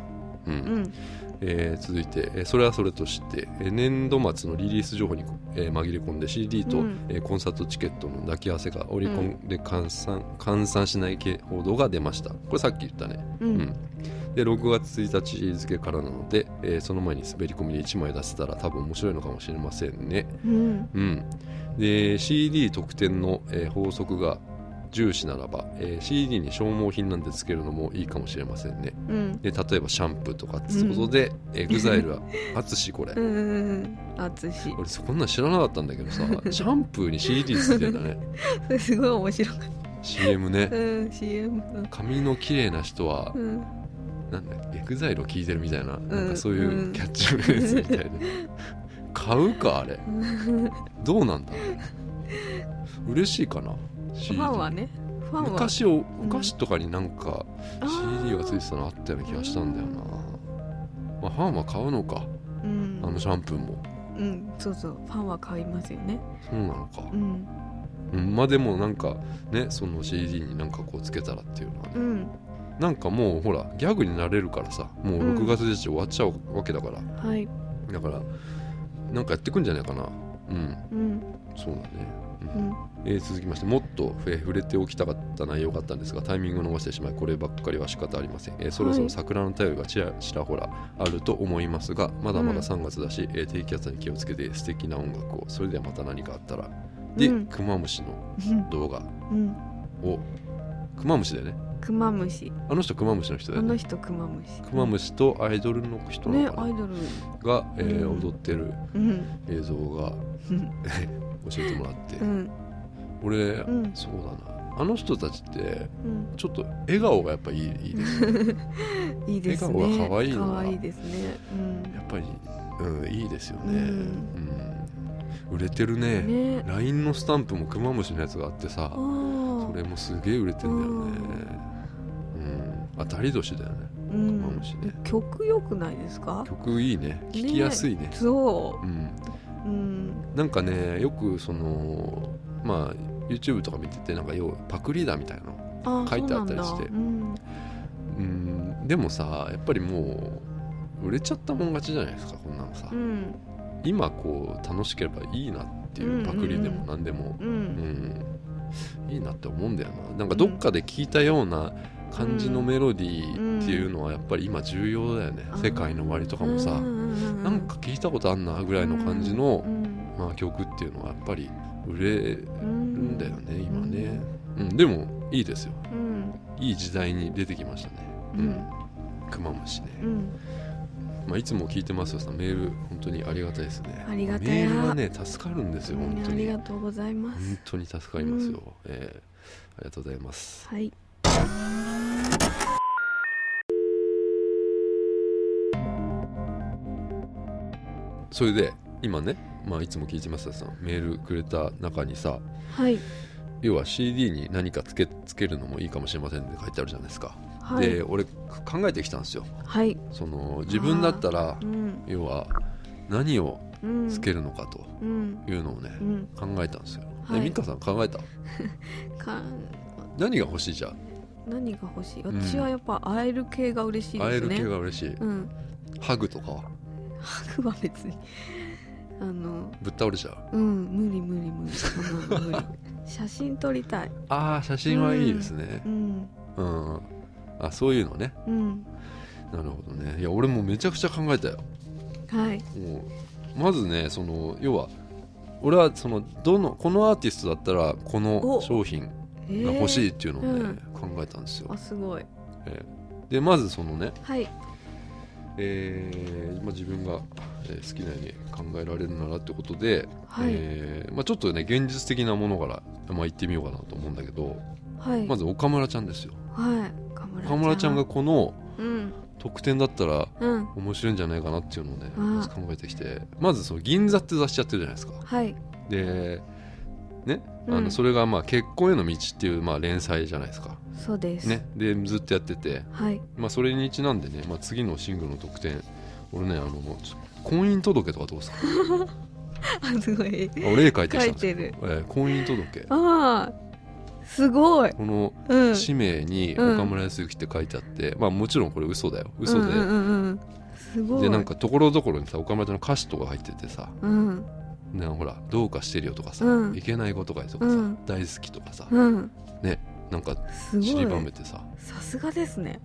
A: う
B: うんん
A: えー続いて、えーそれはそれとして、えー年度末のリリース情報に、えー紛れ込んで CD と、
B: うん
A: えーコンサートチケットの抱き合わせがオリコンで換算,、換算しない系報道が出ましたこれさっき言ったね、
B: う
A: うん
B: ん
A: で6月1日付からなので、えーその前に滑り込みで1枚出せたら多分面白いのかもしれませんね
B: うん
A: うん、で CD 特典の、えー法則が重視ならば、えー CD に消耗品なんてつけるのもいいかもしれませんね
B: うん
A: で例えばシャンプーとかってことで、エグザイルは [laughs] 淳これ、
B: うんうんあつし
A: 俺そんなん知らなかったんだけどさシャンプーに CD ついてんだね
B: それ [laughs] すごい面白かっ
A: CM
B: た、
A: ね
B: うん、CM の
A: 髪の綺麗な人は、
B: うん
A: なんだエグザイルを聞いてるみたいな,、なんかそういうキャッチフレーズみたいな、買うかあれどうなんだろう嬉しいかな CD
B: ファンはねフファンは
A: 昔おお菓子とかになんか
B: あー
A: CD が付いてたのあったような気がしたんだよな、まあ、ファンは買うのか
B: うん
A: あのシャンプーも
B: うんそうそうファンは買いますよね
A: そうなのか、
B: うん
A: うん、まあでもなんかねその CD になんかこうつけたらっていうのはね、
B: うん
A: なんかもうほらギャグになれるからさもう
B: うん
A: 6月で終わっちゃうわけだから、
B: はい
A: だからなんかやってくんじゃないかなうん
B: うん
A: そうだね、うん
B: うん
A: えー続きましてもっとえー触れておきたかった内容があったんですがタイミングを逃してしまいこればっかりは仕方ありません、えーそろそ
B: は
A: ろ
B: い
A: 桜の便りがちらちらほらあると思いますがまだまだ
B: うん
A: 3月だし、えー低気圧に気をつけて素敵な音楽をそれではまた何かあったらで、
B: うん
A: クマムシの動画
B: うん
A: をクマムシだよね
B: クマムシ
A: あの人クマムシの人だよ
B: あの
A: ね
B: 人クマムシ
A: クマムシとアイドルの人な
B: ね
A: のか
B: ア
A: な
B: イドル
A: が、えー
B: うん
A: 踊ってる
B: うん
A: 映像
B: [laughs]
A: が
B: うん
A: 教えてもらって、
B: うん
A: 俺、
B: うん
A: そうだなあの人たちって
B: うん
A: ちょっと笑顔がやっぱいいいいですね
B: いいですね
A: 笑顔が可愛いな
B: 可愛いですねうん
A: やっぱり、うん、いいですよね、
B: う
A: うん売れてるね
B: ね
A: LINE のスタンプもクマムシのやつがあってさ
B: あー
A: それもすげえ売れてんだよねうん当たり年だよね
B: うん
A: クマムシね
B: 曲良くないですか
A: 曲いいね聴きやすいね
B: そ
A: うん、
B: ううん
A: なんかねよくそのまあ YouTube とか見ててなんか要はパクリだみたいな
B: あー
A: 書いてあったりして
B: そうなんだ
A: うんでもさやっぱりもう売れちゃったもん勝ちじゃないですかこんなのさ、
B: うんうん
A: 今こう楽しければいいなっていううんパクリでも何でも、
B: う
A: うん
B: ん
A: いいなって思うんだよななんかどっかで聞いたような感じのメロディーっていうのはやっぱり今重要だよね、
B: うん
A: 世界の終わりとかもさ、
B: うん
A: なんか聞いたことあんなぐらいの感じの
B: う、ん
A: まあ、曲っていうのはやっぱり売れる
B: うん
A: だよね今ね、うん、でもいいですよ
B: うん
A: いい時代に出てきましたね、
B: うん
A: クマムシね、
B: うん
A: まあ、いつも聞いてますよさんメール本当にありがたいですね
B: ありがたや
A: メールがね助かるんですよ本当
B: あり
A: に
B: が
A: 本
B: とうございます
A: 当に助かりますよ、えーありがとうございます
B: はい
A: それで今ねまあいつも聞いてますよさんメールくれた中にさ
B: はい
A: 要は CD に何かつけつけるのもいいかもしれませんって書いてあるじゃないですか、
B: は
A: で
B: い
A: 俺考えてきたんですよ
B: はい
A: その自分だったら
B: うん
A: 要は何を
B: うん
A: つけるのかと
B: うん
A: いうのをね
B: う、ん
A: 考えたんですよ、
B: はい
A: で美香さん考えた
B: か
A: 何が欲しいじゃん
B: 何が欲しい
A: ん
B: 私はやっぱ会える系が嬉しい
A: 会
B: で
A: え
B: す
A: る系
B: ね
A: が嬉しい、
B: うん
A: ハグとかは
B: ハグは別に [laughs] あの
A: ぶっ倒れちゃう
B: うん無理無理無理そんなの無理写真撮りたい
A: ああ写真はいいですね
B: うん
A: うん、あそういうのね
B: うん
A: なるほどねいや俺もめちゃくちゃ考えたよ
B: はい
A: もうまずねその要は俺はそのどのこのアーティストだったらこの
B: お
A: 商品
B: え
A: が欲しい
B: い
A: っていうのをね、考えたんですよ
B: あ、すごい
A: えーでまずそのね、
B: はい
A: えーまあ、自分がえー好きなように考えられるならってことで、
B: はい、
A: えーまあ、ちょっとね現実的なものから、まあ、言ってみようかなと思うんだけど
B: はい
A: まず岡村ちゃんですよ
B: はい岡村
A: 岡村ちゃんがこの
B: うん
A: 特典だったら
B: うん
A: 面白いんじゃないかなっていうのをね
B: ああ
A: まず考えてきてまずその銀座って雑誌やってるじゃないですか
B: はい
A: でねあ
B: う
A: の
B: ん
A: それがまあ結婚への道っていうまあ連載じゃないですか、
B: そうです
A: ね、でずっとやってて、
B: はい [laughs]
A: まあ、それにちなんでね、まあ、次のシングルの特典俺ねあのちょ婚姻届とかどうですか
B: あすごい
A: あ俺絵描いてき
B: 書
A: た
B: い
A: んですよ
B: てる
A: えー婚姻届
B: ああすごい
A: この
B: うん
A: 氏名に
B: うん
A: 岡村康之って書いてあって、まあもちろんこれ嘘だよ嘘で、
B: うんうんうんうんすごい
A: でなんかところどころにさ岡村ちゃんの歌詞とか入っててさ
B: うん
A: 「なんかほらどうかしてるよ」とかさ「
B: うん
A: いけないことかい」とかさ、
B: うん
A: 大好き」とかさ、
B: うん
A: なんか
B: すご
A: 散りばめ
B: い
A: てさ
B: さすがですね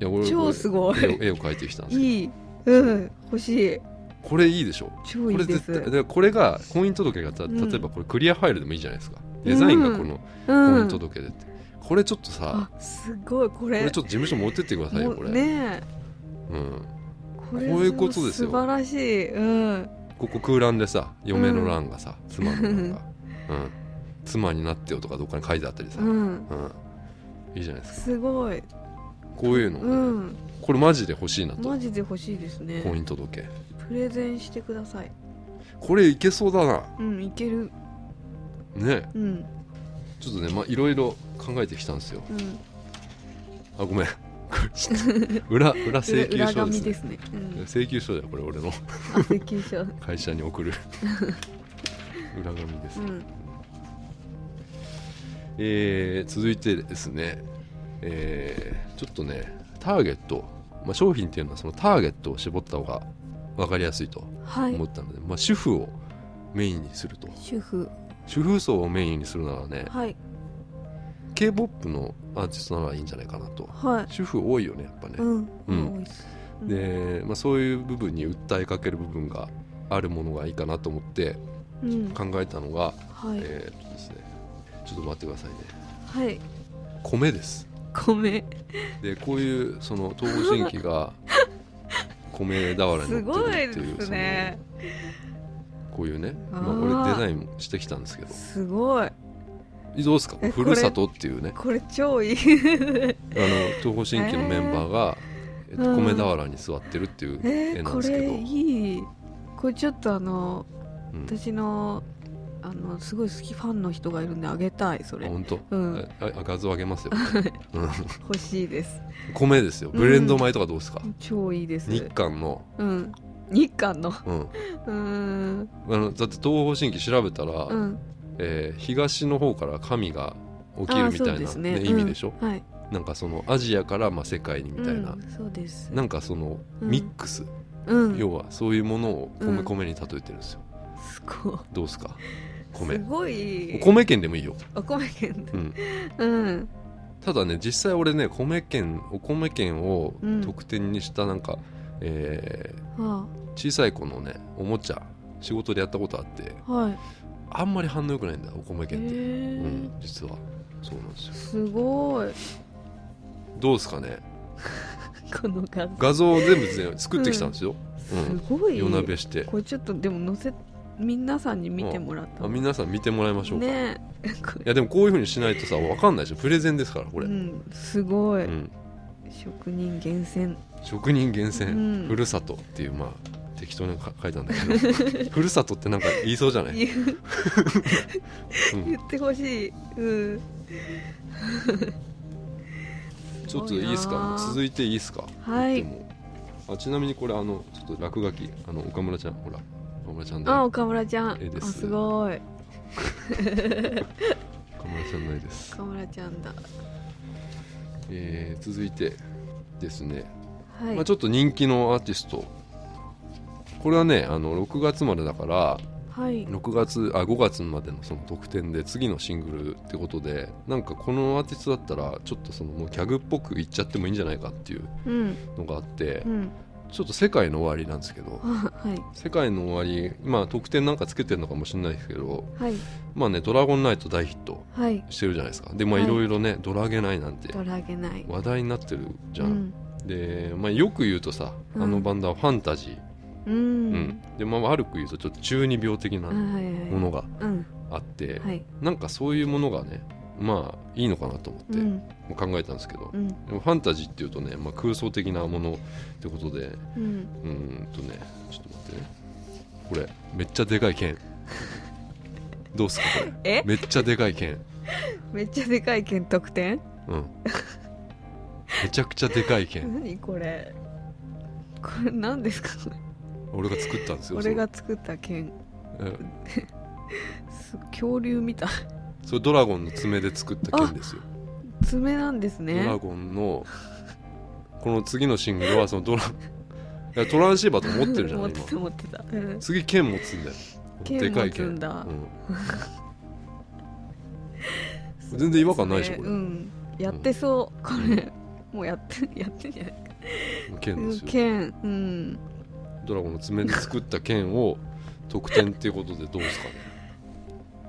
A: いや俺
B: 超すごい
A: 俺絵を絵を描いてきたんですけど
B: いいうん欲しい
A: これいいでしょ
B: 超
A: こ
B: い
A: れ
B: いで
A: 絶
B: す
A: 対でこれが婚姻届がた
B: うん
A: 例えばこれクリアファイルでもいいじゃないですか、デザインがこの
B: う
A: 婚姻
B: ん
A: 届でって、これちょっとさ
B: あすごいこ
A: こ
B: れ
A: れちょっと事務所持ってってくださいよ
B: もう
A: これ、
B: ねえ
A: うん、
B: これ
A: こういうことですよ
B: 素晴らしいうん
A: ここ空欄でさ嫁の欄がさ、妻の欄が、う
B: [laughs]
A: ん、妻になってよとかどっかに書いてあったりさ、
B: うん
A: うんいいじゃないですか
B: すごい
A: こういうのをね、
B: うん
A: これマジで欲しいなと
B: マジで欲しいですね
A: 婚姻届
B: プレゼンしてください
A: これいけそうだな
B: うんいける
A: ね
B: うん
A: ちちょっとねまあいろいろ考えてきたんですよ
B: うん
A: あごめんこ [laughs] れちょっと裏裏請求
B: 裏裏
A: 書です,、
B: 紙
A: ね
B: ですね。うん、
A: 請求書だよこれ俺の
B: あ請求書。う
A: 会社に送
B: [laughs]
A: る裏紙です、
B: ん、
A: えー続いてですね、えーちょっとねターゲット、まあ、商品っていうのはそのターゲットを絞った方が分かりやすいと
B: は
A: 思
B: い。
A: ったので、まあ、主婦をメインにすると
B: 主婦。
A: 主婦層をメインにするならね
B: はい。
A: k p o p のアーティストならいいんじゃないかなと
B: はい。
A: 主婦多いよねやっぱね、
B: うん。
A: うん
B: 多いです。うん
A: で、まあ、そういう部分に訴えかける部分があるものがいいかなと思って
B: うん。
A: 考えたのが、
B: はい。
A: えーっとですねちょっと待ってくださいね
B: はい。
A: 米です
B: 米。
A: でこういうその東方神起
B: [laughs]
A: が米俵に
B: す
A: 乗っ
B: ごい
A: てる
B: で
A: っていう
B: すね。
A: そのこういうね、ま
B: あー
A: あ、俺デザインしてきたんですけど
B: すごい。
A: どうですか
B: え
A: ふるさとっていうね
B: これ
A: [laughs]
B: 超い
A: あの
B: い。
A: 東方神起のメンバーが、えっと、
B: うん
A: 米俵に座ってるっていう
B: え
A: 絵
B: ー、
A: なんで
B: こ
A: すけど、
B: れいい。これちょっとあの
A: うん
B: 私のあのすごい好きファンの人がいるんであげたいそ
A: あ
B: れ。
A: 本当、
B: うん
A: ああ画像あげますよ、うん [laughs]
B: 欲しいです。
A: 米ですよブレンド米とかどうですか、
B: 超いいです。
A: 日韓の,、
B: うん。日韓の。
A: うん、
B: うーん。
A: あのだって東方神起調べたら、
B: うん。
A: えー東の方から神が起きるみた
B: あーそう
A: い
B: で
A: な、
B: すね
A: ね意味でしょ、
B: うんはい。
A: なんかそのアジアからまあ世界にみたいな、
B: うんそうです。
A: なんかその
B: うん
A: ミックス、
B: うん。
A: 要はそういうものを
B: うん
A: 米米に例えてるんですよ、
B: すごい。
A: どうですか
B: す
A: 米
B: ごい。
A: お米県でもいいよ、
B: お米券
A: うん、
B: うん。
A: ただね実際俺ね米県お米県を
B: うん
A: 特典にしたなんか、え
B: は
A: ー小さい子のねおもちゃ仕事でやったことあって
B: あ、はい。
A: あんまり反応良くないんだお米
B: へ
A: 県って、う
B: え
A: ん。実はそうなんですよ
B: すごい。
A: どうですかね
B: この画像。
A: 画像を全部全部作ってきたんですよ、うん
B: すごい。
A: 夜なべして
B: これちょっとでも載せ皆さんに見てもらった
A: あ
B: の。
A: 皆さん見てもらいましょうか、
B: ねえ。こ
A: いやでもこういうふうにしないとさ分かんないでしょプレゼンですからこ
B: れ。
A: れ、
B: う
A: うん
B: ん。すごい。職人厳選。
A: 職人厳選、
B: うん
A: ふるさとっていうまあ適当にか書いたんだけど [laughs] ふるさとってなんか言いそうじゃない、
B: 言う
A: うん
B: 言ってほしい。うん。
A: ちょっといいですかもう続いていいですか
B: はい
A: 言ってもあちなみにこれあのちょっと落書きあの岡村ちゃんほら岡村ちゃんで
B: あ、
A: 岡
B: 岡村ちゃん。
A: 絵で
B: あ、
A: す
B: すごい。
A: 村ちゃんの絵です、
B: 岡村ちゃんだ。
A: えー続いてですね、
B: はい。
A: まあ、ちょっと人気のアーティストこれはねあの6月までだから
B: はい。
A: 6月あ5月までのその特典で次のシングルってことでなんかこのアーティストだったらちょっとそのもうギャグっぽくいっちゃってもいいんじゃないかっていう
B: うん。
A: のがあって
B: うん。 [laughs]
A: ちょっと「世界の終わり」なんですけど
B: あはい。
A: 「世界の終わり」まあ特典なんかつけてるのかもしれないですけど
B: はい。
A: まあね「ドラゴンナイト」大ヒット
B: はい。
A: してるじゃないですかでまあ
B: はい
A: いろいろね「ドラゲナイ」なんて
B: ドラゲない。
A: 話題になってるじゃ、
B: うんん。
A: で、まあ、よく言うとさあ
B: うん
A: のバンドはファンタジー、
B: う
A: うん
B: ん。
A: で、まあ、悪く言うとちょっと中二病的な
B: はいはいはい。
A: ものが
B: うん。
A: あって、
B: はい。
A: なんかそういうものがねまあいいのかなと思って
B: う
A: も
B: ん。
A: う考えたんですけど、
B: うん。
A: でもファンタジーっていうとね、まあ、空想的なものってことでう
B: うん。
A: ーんとねちょっと待ってねこれめっちゃでかい
B: [laughs]
A: 剣どうっすかこ
B: え
A: れめっちゃでかい剣
B: めっちゃでかい剣得点
A: うんめちゃくちゃでかい剣
B: 何これこれ何ですか
A: 俺が作ったんですよ
B: 俺が作った剣
A: それえ
B: す恐竜みたい
A: それドラゴンの爪で作った剣ですよ、
B: 爪なんです
A: ドラ
B: ね
A: ゴンのこの次のシングルはそのドラいやトランシーバーと思ってるじゃな
B: 持
A: い
B: って
A: 今
B: た持ってた、うん、
A: 次剣持つんだよ
B: 剣
A: でかい
B: 持つ
A: 剣
B: んだ
A: うん、全然違和感ないでしょ
B: そ
A: こ
B: う
A: れ、
B: すねうんやってそうこれもうやってやってんじゃない
A: 剣ですよ
B: 剣うん
A: ドラゴンの爪で作った剣を得点っていうことでどう
B: [laughs]
A: ですか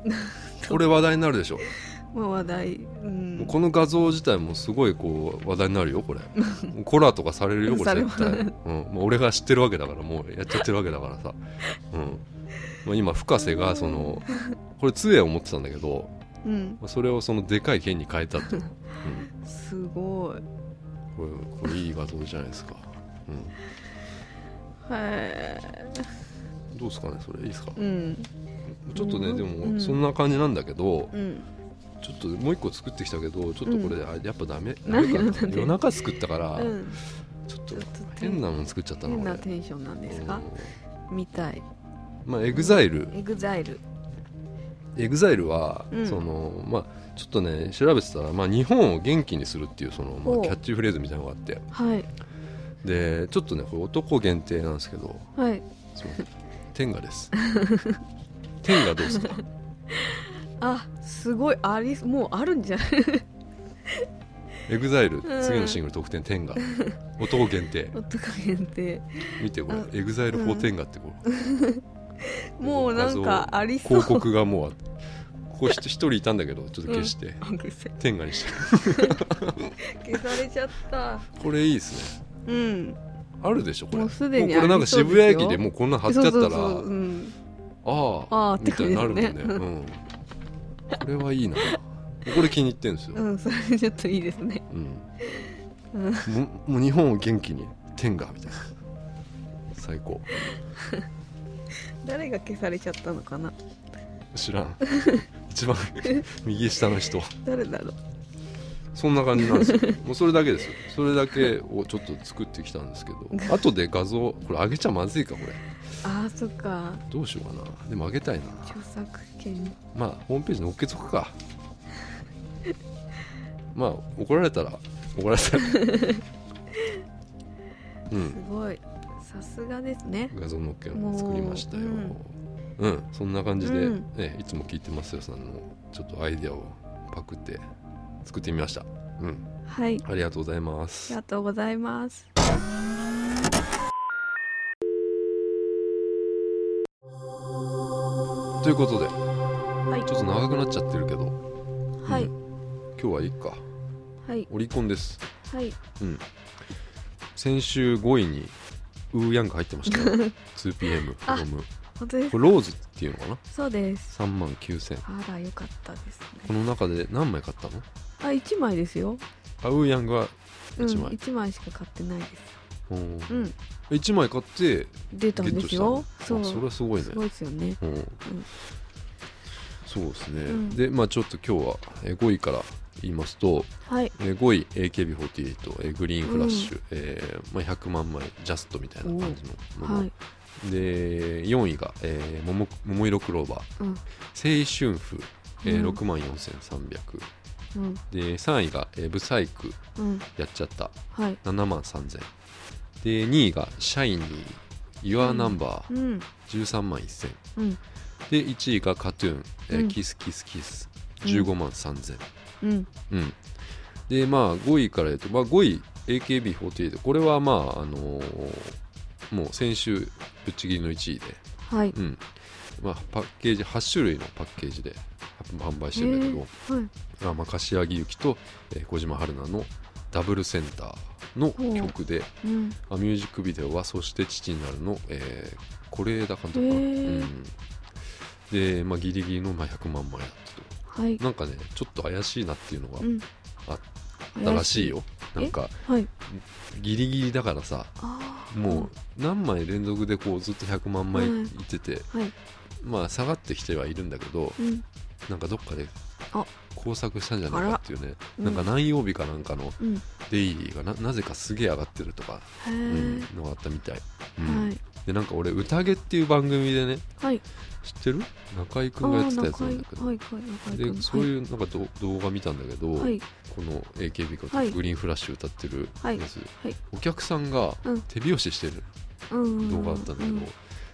A: ねこれ話題になるでしょ、
B: まあ話題うん
A: もうこの画像自体もすごいこう話題になるよこれもうコラとかされるよこ
B: さ
A: れ
B: れ
A: 絶対、うん、もう俺が知ってるわけだからもうやっちゃってるわけだからさ、うんまあ、今深瀬がそのこれ杖を持ってたんだけど
B: うん
A: まあそれをそのでかい剣に変えた
B: [laughs]
A: っていう、うん
B: すごい
A: これこれいい画像じゃないですか、う
B: はい
A: ん、どうですかねそれいいですか、
B: うん
A: ちょっとねでも、
B: うん
A: そんな感じなんだけど
B: うん
A: ちょっともう一個作ってきたけどちょっとこれ、
B: う
A: あやっぱダメダ
B: なん
A: メ
B: で
A: かな
B: なんで
A: 夜中作ったから、
B: うん、
A: ちょっと
B: ちょっと
A: 変なもん作っちゃったな
B: 変
A: 俺
B: なテンションなんですか、みたい
A: うんまあエグザイル
B: エグザイル
A: エグザイルは、
B: うん
A: そのまあちょっとね調べてたら、まあ、日本を元気にするっていうその、ま
B: おう
A: あ、キャッチフレーズみたいなのがあって
B: はい
A: でちょっとねこれ男限定なんですけど
B: はい
A: すいません天下です天下どうです
B: [laughs]
A: か
B: あすごいありもうあるんじゃない [laughs]
A: エグザイル
B: ん
A: 次のシングル特典天下男限定
B: 音加減って
A: 見てこ
B: あ
A: れエグザイル4天下ってこう、
B: もうなんかありそう
A: 広告がもうあってこ
B: [laughs]
A: こひ一人いたんだけどちょっと消して、
B: 消せ
A: 天下にして
B: [laughs] 消されちゃった
A: これいいですね
B: うん
A: あるでしょこれ
B: もうすでに
A: もうこれなん
B: あ
A: か
B: りそうですよ
A: 渋谷駅でもうこんな貼ってあったら
B: そうそうそう、うん、
A: ああ
B: ああって
A: みたいになるもんね
B: 感じで
A: う
B: すね
A: ん、これはい
B: [laughs]
A: いなこれ気に入ってんですよ、
B: うん、それちょっといいですね
A: うん
B: う
A: も
B: ん
A: もう [laughs] 日本を元気に天下みたいな最高
B: 誰が消されちゃったのかな
A: 知らん一番右下の人
B: 誰だろう
A: そんな感じなんですよもうそれだけですよそれだけをちょっと作ってきたんですけど後で画像これ上げちゃまずいかこれ
B: あーそっか
A: どうしようかなでも上げたいな
B: 著作権
A: まあホームページに載っけとくかまあ怒られたら怒られたらう
B: す
A: ん
B: ごいさすがですね
A: 画像載っけるの作りましたよ
B: も
A: うん、そんな感じで、
B: うん
A: ね、いつも聞いてますよさんのちょっとアイデアをパクって作ってみましたうん
B: はい
A: ありがとうございま
B: あり
A: す
B: がとうございます
A: ということで
B: はい
A: ちょっと長くなっちゃってるけど
B: は
A: う
B: い
A: ん今日はいいか
B: はい
A: オリコンです
B: はい
A: うん先週5位にウーヤンが入ってましたよ
B: [laughs]
A: 2PM フロム
B: 本当です
A: これローズっていうのかな
B: そうです
A: 3万9000
B: あらよかったです
A: こ
B: ね
A: の中で何枚買ったの
B: あ一枚ですよ
A: あウーヤンが
B: うん
A: 1枚、
B: 一枚しか買ってないです
A: うん
B: うん
A: 1枚買って
B: 出た
A: ゲ
B: ん
A: ッ
B: で
A: ト
B: す
A: したの
B: よ
A: あ
B: そう
A: それはすごいね
B: すごいですよね
A: うんそうですね、
B: うん
A: でまあちょっと今日はえー5位から言いますと
B: はい
A: えー5位 AKB48、えーグリーンフラッシュ、えーまあ、100万枚ジャストみたいな感じのもの、
B: はい
A: で4位が、えー、桃桃色クローバ
B: う
A: ー
B: ん
A: 青春風、えー
B: うん
A: 6万4300
B: うん
A: で3位が、えー、ブサイク
B: うん
A: やっちゃった
B: はい
A: 7万3000で2位がシャイニー Your Number、
B: うん
A: 13万1000
B: うん
A: で1位が KAT−TUN、えー
B: うん
A: キスキスキス
B: うん
A: 15万3000、
B: うん
A: うん、でまあ5位から言うと、まあ、5位 AKB48 これはまああのーもう先週ぶっちぎりの1位で、
B: はい
A: うんまあ、パッケージ8種類のパッケージで販売してるんだけど、
B: はい
A: あまあ、柏木由紀と、えー小島春菜のダブルセンターの曲で、
B: うん
A: あミュージックビデオは「そして父になるの」えー、是枝監督かな、
B: へー
A: うん、で、まあ、ギリギリのまあ100万枚だったと
B: はい
A: なんかねちょっと怪しいなっていうのが
B: うん
A: あったらしいよな
B: 怪しい
A: んか
B: はい
A: ギリギリだからさ
B: あー
A: もう何枚連続でこうずっと100万枚いってて、
B: うんはい
A: まあ下がってきてはいるんだけど
B: うん
A: なんかどっかで
B: あ
A: 工作したんじゃないかっていうね
B: あら
A: なんか何曜日かなんかの
B: うん
A: デイリーがななぜかすげえ上がってるとか、
B: へ
A: う
B: え
A: ん、のがあったみたい、うん
B: はい
A: でなんか俺「宴」っていう番組でね
B: はい
A: 知ってる中居
B: あ
A: 君がやって
B: ー
A: たやつ
B: 中
A: な
B: 井
A: んだけど、
B: はいはい中井
A: で
B: 君
A: そういうなんかど動画見たんだけど、
B: はい
A: この AKB が
B: はい
A: グリーンフラッシュ歌ってる
B: はい
A: やつ、
B: はい
A: お客さんが
B: うん
A: 手拍子してる
B: うん
A: 動画あったんだけど、
B: うん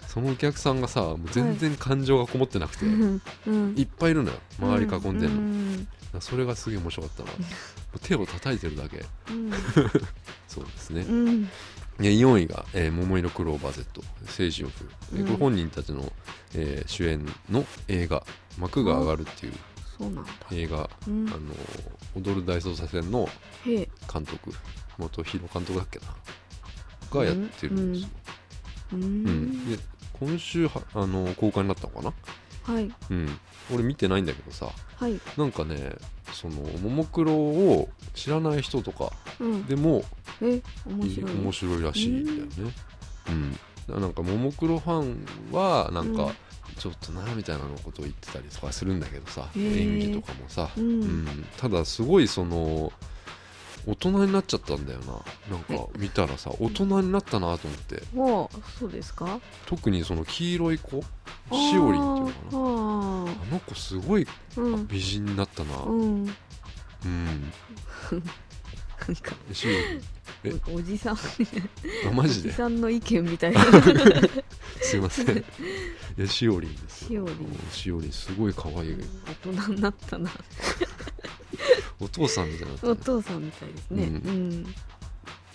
A: そのお客さんがさもう全然感情がこもってなくて、
B: うんうん
A: い、っぱいいるのよ周り囲んでるの、だか
B: うん
A: らそれがすげえ面白かったなもう手を叩いてるだけ
B: うん
A: そうですね、
B: うんうん
A: で4位が、えー桃色クローバー Z」「青春風」えー
B: うん
A: これ本人たちの、えー主演の映画「幕が上がる」っていう
B: そうなんだ
A: 映画、
B: うん
A: あのー踊る大捜査線の
B: へえ
A: 監督元ヒロ監督だっけながやってるんですよ、
B: う
A: うん
B: ん
A: で今週はあのー公開になったのかな、
B: はい
A: うん、俺見てないんだけどさ
B: はい
A: なんかねそのももクロを知らない人とか
B: うん
A: でも
B: え面白い
A: 面白いらしいんだよね。うん、だからなんかももクロファンはなんか、ちょっとなみたいなのことを言ってたりとかするんだけどさ、
B: へー
A: 演技とかもさ、
B: うん
A: うんただすごいその大人になっちゃったんだよななんか見たらさ大人になったなと思って
B: もうそうですか
A: 特にその黄色い子しおりんっていうのかな
B: の
A: あの子すごい
B: うん
A: 美人になったなうん、
B: うんなんか
A: しおえ
B: おおじさんみたいな
A: りんあ
B: お
A: マジ
B: じ [laughs]
A: で
B: さんの意見みたいな
A: すいませんいやしおりんですよ
B: しおりん
A: うんしおりんすごい可愛い
B: 大人になったな
A: お父さんみたいになった
B: お
A: ね
B: 父さんみたいですね
A: うん
B: うん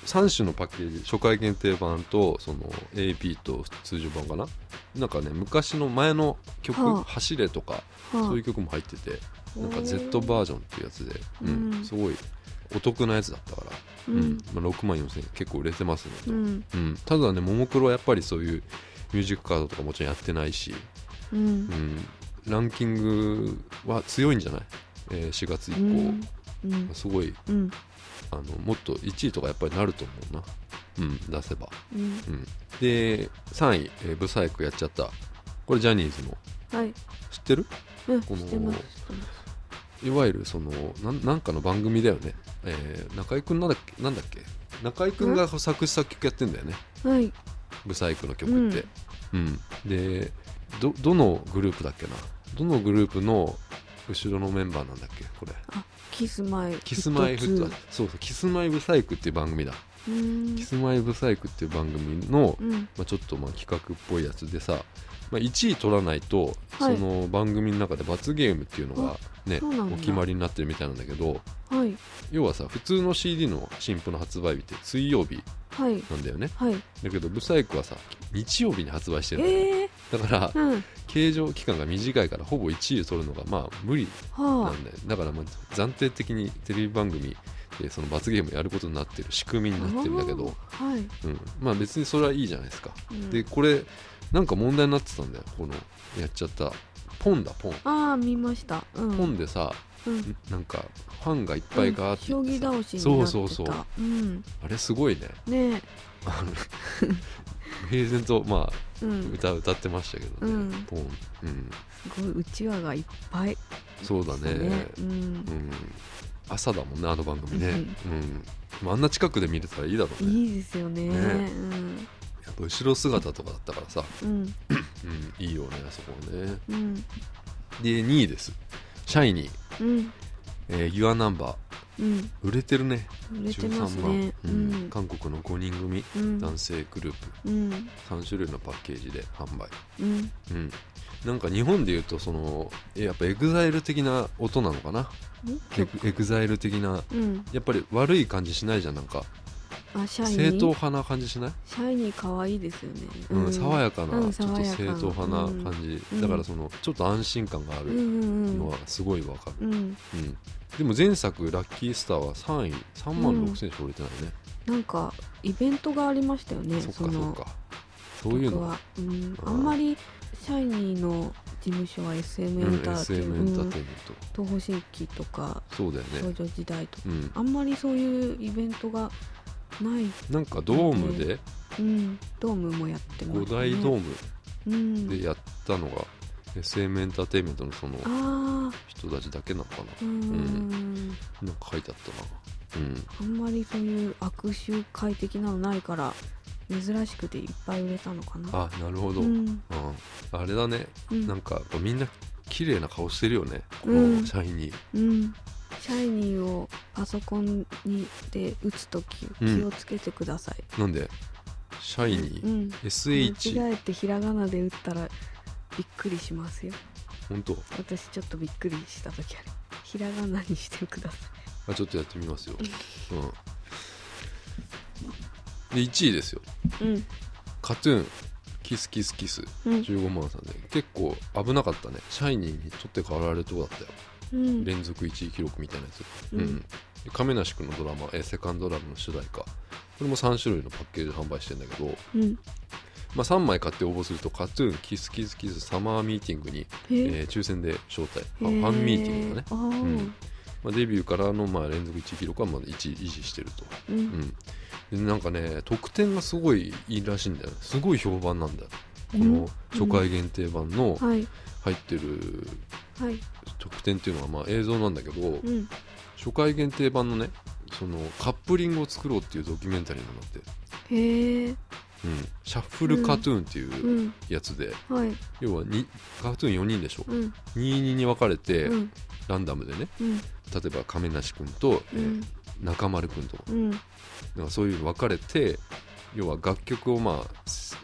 A: 3種のパッケージ初回限定版とその AP と通常版かななんかね昔の前の曲「
B: はあ
A: 走れ」とかそういう曲も入っててなんか Z バージョンっていうやつで、うん
B: うん
A: すごいお得なやつだったから、
B: う
A: うん
B: ん
A: まあ、6万4000円結構売れてますね
B: う
A: と、うん
B: ん
A: ただねももクロはやっぱりそういうミュージックカードとかもちろんやってないし、
B: うん
A: うん、ランキングは強いんじゃない、えー ?4 月以降、
B: うん
A: すごい
B: うん
A: あのもっと1位とかやっぱりなると思うな、うん、出せば。
B: うん
A: で3位、えーブサイクやっちゃったこれジャニーズの
B: はい
A: 知ってる
B: うん
A: この
B: してますしてます
A: いわゆるそのなんなんかの番組だよね、えー中居君なんだっけなんだっけ中居君が作詞作曲やってんだよね
B: はい
A: ブサイクの曲って、うんでどどのグループだっけなどのグループの後ろのメンバーなんだっけこれ
B: あキスマイ
A: キスマイフット
B: ツー
A: そうそうキスマイブサイクっていう番組だ、
B: うーん
A: キスマイブサイクっていう番組の
B: うん
A: まあ、ちょっとまあ企画っぽいやつでさ、まあ、1位取らないと、
B: はい
A: その番組の中で罰ゲームっていうのが、ね
B: そうなんだ
A: お決まりになってるみたいなんだけど
B: はい
A: 要はさ普通の CD の新譜の発売日って水曜日
B: はい
A: なんだよね
B: はい
A: だけどブサイクはさ日曜日に発売してるの
B: ええ
A: だから
B: ー、うん
A: 計上期間が短いからほぼ1位を取るのがまあ無理な
B: は
A: んだよだからまあ暫定的にテレビ番組でその罰ゲームやることになってる仕組み
B: あ
A: になってるんだけど、
B: は
A: う
B: い、
A: ん、まあ別にそれはいいじゃないですか
B: うん
A: でこれなんか問題になってたんだよこのやっちゃったポンだポン
B: ああ見ましたうん
A: ポンでさ
B: うん
A: なんかファンがいっぱいガーって
B: うん
A: 言っ
B: 将
A: てさ
B: 棋倒しになってた
A: そうそうそう
B: うん
A: あれすごい
B: [laughs]
A: ね
B: ねえ
A: あの平然とまあ
B: うん
A: 歌歌ってましたけどね、
B: うん
A: ポン、うん、
B: すごいうちわがいっぱい
A: そうだね
B: うん
A: うん、朝だもんねあの番組ね、
B: う
A: うんまああんな近くで見れたらいいだろうね
B: いいですよね
A: ね
B: うん
A: やっぱ後ろ姿とかだったからさ、
B: うん
A: うん、いいよねあそこはね
B: うん
A: で2位ですシャイニー、
B: うん
A: えー、Your Number
B: うん
A: 売れてるね
B: 売れてますね
A: う
B: うんん
A: 韓国の5人組
B: うん
A: 男性グループ
B: うん
A: 3種類のパッケージで販売、
B: うん
A: うん、なんか日本でいうとそのえやっぱエグザイル的な音なのかなエ
B: 曲
A: グエグザイル的な
B: うん
A: やっぱり悪い感じしないじゃんなんか
B: あシャイ
A: 正
B: ニ
A: 統
B: ー
A: 派な感じしない、
B: シャイニー可愛いですよね
A: うん爽やかな、
B: うん
A: ちょっと
B: 爽や
A: 正
B: かな
A: 統派な感じ、
B: うん
A: だからそのちょっと安心感があ
B: うんう
A: る
B: ん
A: のはすごいわかる、
B: うんうん
A: うんでも前作「ラッキースター」は3位3万6千しか売れてないね、
B: なんかイベントがありましたよね
A: そっか
B: の
A: そっかそういう
B: 僕
A: の
B: は、うん、
A: あー
B: あんまりシャイニーの事務所は SM エンターテイ
A: SM エ
B: ンメ
A: ンタ
B: ント、う
A: ー
B: ん
A: テインメント、
B: 東方神起とか
A: そうだよ
B: 少
A: ね、
B: 女時代とか
A: うん、
B: あんまりそういうイベントがない、
A: なんかドームで
B: うん、ドームもやってます、ね、
A: 5大ドーム
B: ム
A: で
B: や
A: やったのが SM エンターテインメントのその
B: あ
A: 人たちだけなのかな
B: ーうーん
A: なんか書いてあったなうん
B: あんまりそういう握手会的なのないから珍しくていっぱい売れたのかな
A: あなるほど、
B: う
A: うん
B: ん
A: あれだね
B: うん
A: なんかやっぱみんな綺麗な顔してるよねこ
B: う
A: の
B: ん
A: シャイニー、
B: うん、シャイニーをパソコンにで打つとき
A: うん
B: 気をつけてください、
A: なんでシャイニー、
B: うん、間
A: SH
B: 違えてひらがなで打ったらびっくりしますよ
A: 本当
B: 私ちょっとびっくりした時あるひらがなにしてくださ
A: あちょっとやってみますよ、うん、で1位ですよ
B: いうん
A: カトゥーンキスキスキス
B: うん
A: 15万3000円結構危なかったねシャイニーに取って代わられるとこだったよ
B: うん
A: 連続1位記録みたいなやつ、
B: うん
A: で亀梨君のドラマ「えーセカンドラブ」の主題歌これも3種類のパッケージで販売してんだけど、
B: うん
A: まあ、3枚買って応募すると「カトゥーンキスキスキスサマーミーティングに」
B: え
A: えー
B: ー
A: 抽選で招待ファ
B: え
A: ンファンミーティングだね、
B: あー
A: うんまあ、デビューからのまあ連続1位記録はまだ1位維持してると、
B: う
A: うんん、でなんかね得点がすごいいいらしいんだよねすごい評判なんだよこ
B: うん
A: の初回限定版の
B: はい
A: 入ってる
B: はい
A: 特典っていうのはまあ映像なんだけど
B: うん
A: 初回限定版のねそのカップリングを作ろうっていうドキュメンタリーなんだって、
B: へえ
A: うん、シャッフルカトゥーンって
B: う
A: いうんやつで、
B: はい
A: 要はにカトゥーン4人でしょ
B: うん
A: 22に分かれて、
B: うん
A: ランダムでね
B: うん
A: 例えば亀梨君と、え
B: う
A: ー
B: ん
A: 中丸君と
B: うん
A: なんかそういう分かれて要は楽曲をまあ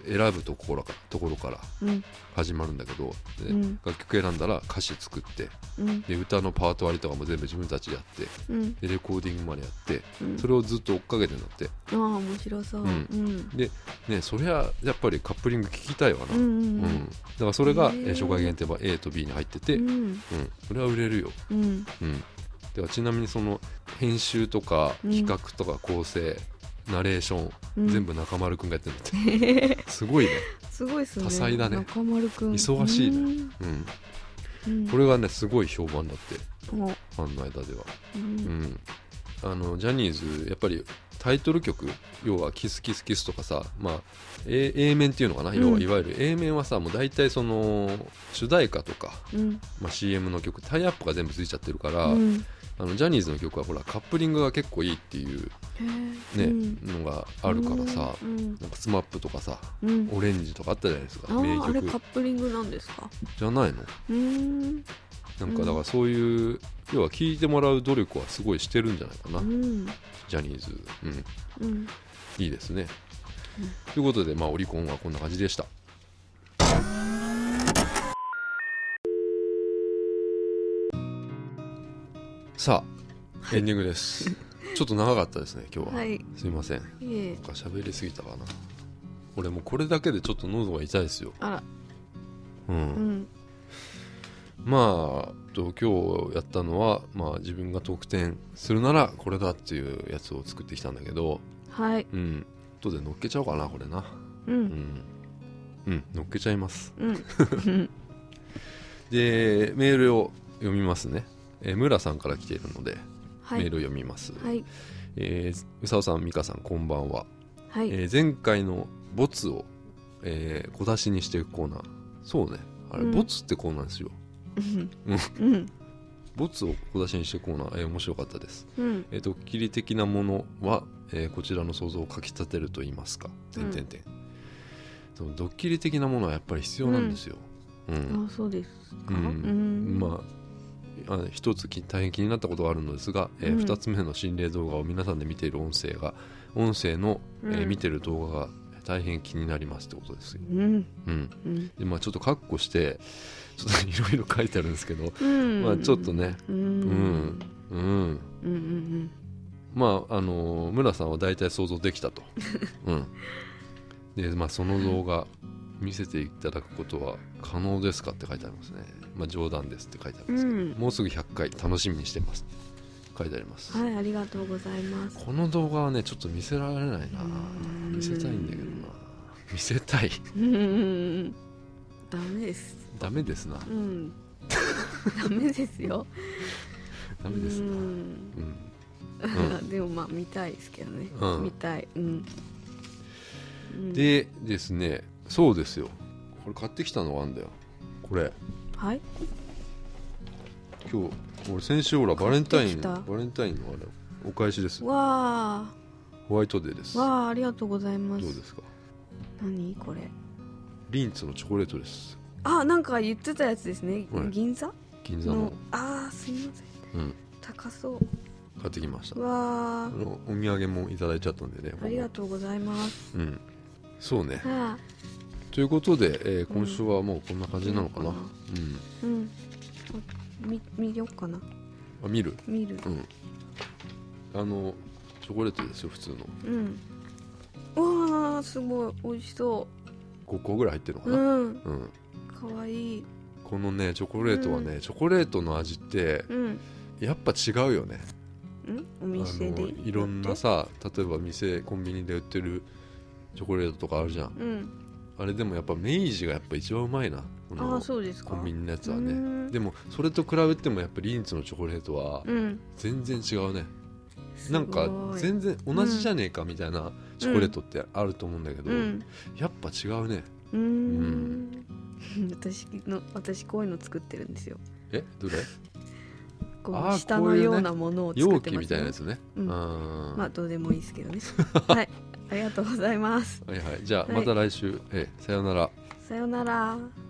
A: 選ぶところかところから
B: うん
A: 始まるんだけど、で
B: うん
A: 楽曲選んだら歌詞作って
B: うん
A: で歌のパート割りとかも全部自分たちでやって
B: うん
A: でレコーディングまでやって
B: うん
A: それをずっと追っかけてんだって、
B: ああ面白そう
A: う
B: うんん
A: ね、そりゃやっぱりカップリング聞きたいわな、
B: うんう
A: うん
B: ん
A: だからそれが、
B: へー
A: えー初回限定版 A と B に入ってて、
B: う
A: うん
B: ん
A: それは売れるよ、
B: うん
A: うん、ではちなみにその編集とか
B: うん
A: 企画とか構成、ナレーション、
B: うん
A: 全部中丸くんがやってるんだ
B: [laughs]
A: ってすごいね、
B: すごいっすね
A: 多彩だね
B: 中丸くん
A: 忙しいね
B: ね
A: うん、
B: うん
A: これがねすごい評判だって
B: お
A: ファンの間では、
B: う
A: うんん、あのジャニーズやっぱりタイトル曲要は「キスキスキス」とかさ、まあ、A, A 面っていうのかな、
B: うん
A: 要はいわゆる A 面はさもう大体その主題歌とか、
B: うん
A: まあ、CM の曲タイアップが全部ついちゃってるから、
B: うん
A: あのジャニーズの曲はほらカップリングが結構いいっていう
B: へえ
A: ね、
B: う
A: の
B: ん
A: があるからさ、
B: うん
A: なんかスマップとかさ、
B: うん
A: オレンジとかあったじゃないです
B: あ
A: か、名
B: ーあれカッ
A: 曲
B: プリングなんですか
A: じゃないの。
B: うーん
A: なんかだからそういう、要は聞いてもらう努力はすごいしてるんじゃないかな、
B: うん
A: ジャニーズ。うん、
B: うん
A: いいですね。
B: うん
A: ということで、まあ、オリコンはこんな感じでした。さあ、エンディングです。ちょっと長かったですね、今日は。
B: はいい
A: すいません。
B: え
A: なんか喋りすぎたかな俺もうこれだけでちょっと喉が痛いですよ、
B: あら
A: うん
B: うん
A: まあと今日やったのは、まあ、自分が得点するならこれだっていうやつを作ってきたんだけど
B: はい
A: うん後で乗っけちゃおうかなこれな
B: う
A: うんん、うん、乗っけちゃいます
B: うん
A: でメールを読みますねえー村さんから来ているので、
B: はい
A: メールを読みます、
B: はい
A: えーうさおさん美香さんこんばんは
B: はい
A: えー前回のボツを、えー小出しにしていくコーナーそうねあれ、
B: うん
A: ボツってコーナーですよ
B: うんうん
A: ボツを小出しにしていくコーナー、えー面白かったです、
B: うん
A: えードッキリ的なものは、えーこちらの想像をかきたてると言いますか
B: うん
A: 点点点そのドッキリ的なものはやっぱり必要なんですよ、うん
B: あそうですか
A: うん
B: うん
A: まああの一つき大変気になったことがあるのですが、えー
B: うん
A: 二つ目の心霊動画を皆さんで見ている音声が音声の、えー
B: うん
A: 見てる動画が大変気になりますってことですよ
B: うん
A: うん、
B: うん
A: でまあちょっとカッコしてちょっといろいろ書いてあるんですけど、
B: うん
A: まあちょっとね
B: うん
A: うんうん
B: うんうん
A: まああのー村さんは大体想像できた
B: [laughs]
A: と、うん、でまあその動画見せていただくことは可能ですかって書いてありますね、まあ、冗談ですって書いてありますけど、
B: うん
A: もうすぐ100回楽しみにしてますって書いてあります、
B: はいありがとうございます
A: この動画はねちょっと見せられないな
B: うん
A: 見せたいんだけどな見せたい [laughs]
B: うんうんうんダメです
A: ダメですな
B: うんダメですよ
A: ダメですな
B: う
A: うん
B: ん
A: う
B: でもまあ見たいですけどね、
A: うん
B: 見たいうんうん
A: でですねそうですよこれ買ってきたのがあるんだよこれ
B: はい
A: 今日俺先週ほらバレンタイ
B: 買って
A: ン
B: きた
A: バレンタインのあれお返しです
B: わ
A: ホワイトデーです
B: あ
A: ど
B: わあありがとうございま
A: う
B: す
A: ですか
B: 何これ
A: リンツのチョコレートです
B: あなんか言ってたやつですね、
A: はい
B: 銀座
A: 銀座
B: の
A: の、
B: あーすいません
A: うん、
B: 高そう
A: 買ってきました
B: うわ
A: あ
B: あ
A: のお土産もいただいちゃったんでね
B: ありがとうございます
A: う、うん、そうね
B: あ
A: ということで、えー今週はもうこんな感じなのかな、う
B: うんんーうんお見見よっかな
A: あ見る
B: 見る
A: うんあのチョコレートですよ普通の
B: うんわあすごい美味しそ
A: 5個ぐらい入ってるの
B: う
A: かな、
B: うん
A: うん、
B: かわいい
A: このねチョコレートはね、
B: う
A: チョコレートの味って
B: うん
A: やっぱ違うよね
B: んお
A: あ
B: 店で
A: のいろんなさ例えば店コンビニで売ってるチョコレートとかあるじゃん
B: うん
A: あれでもやっぱ明治がやっぱ一番うまいなこ
B: ああ
A: の
B: そうですか
A: コンビニのやつは
B: う
A: ね
B: ん
A: でもそれと比べてもやっぱリンツのチョコレートは
B: うん
A: 全然違うね
B: すご
A: ないんか全然同じじゃねえかみたいなチョコレートってあると思うんだけど
B: うん
A: やっぱ違うね
B: うーん
A: う
B: 私の私こういうの作ってるんですよ
A: えどれ
B: こ
A: あー
B: う下
A: こ
B: の
A: ういうね
B: ようなものを作
A: 容
B: って
A: 器
B: ま
A: み
B: す
A: たい
B: よ
A: なやつね
B: うん
A: あー
B: まあどうでもいいですけどねはいありがとうございます
A: はいはいじゃあ
B: はい
A: また来週、ええさよなら
B: さよなら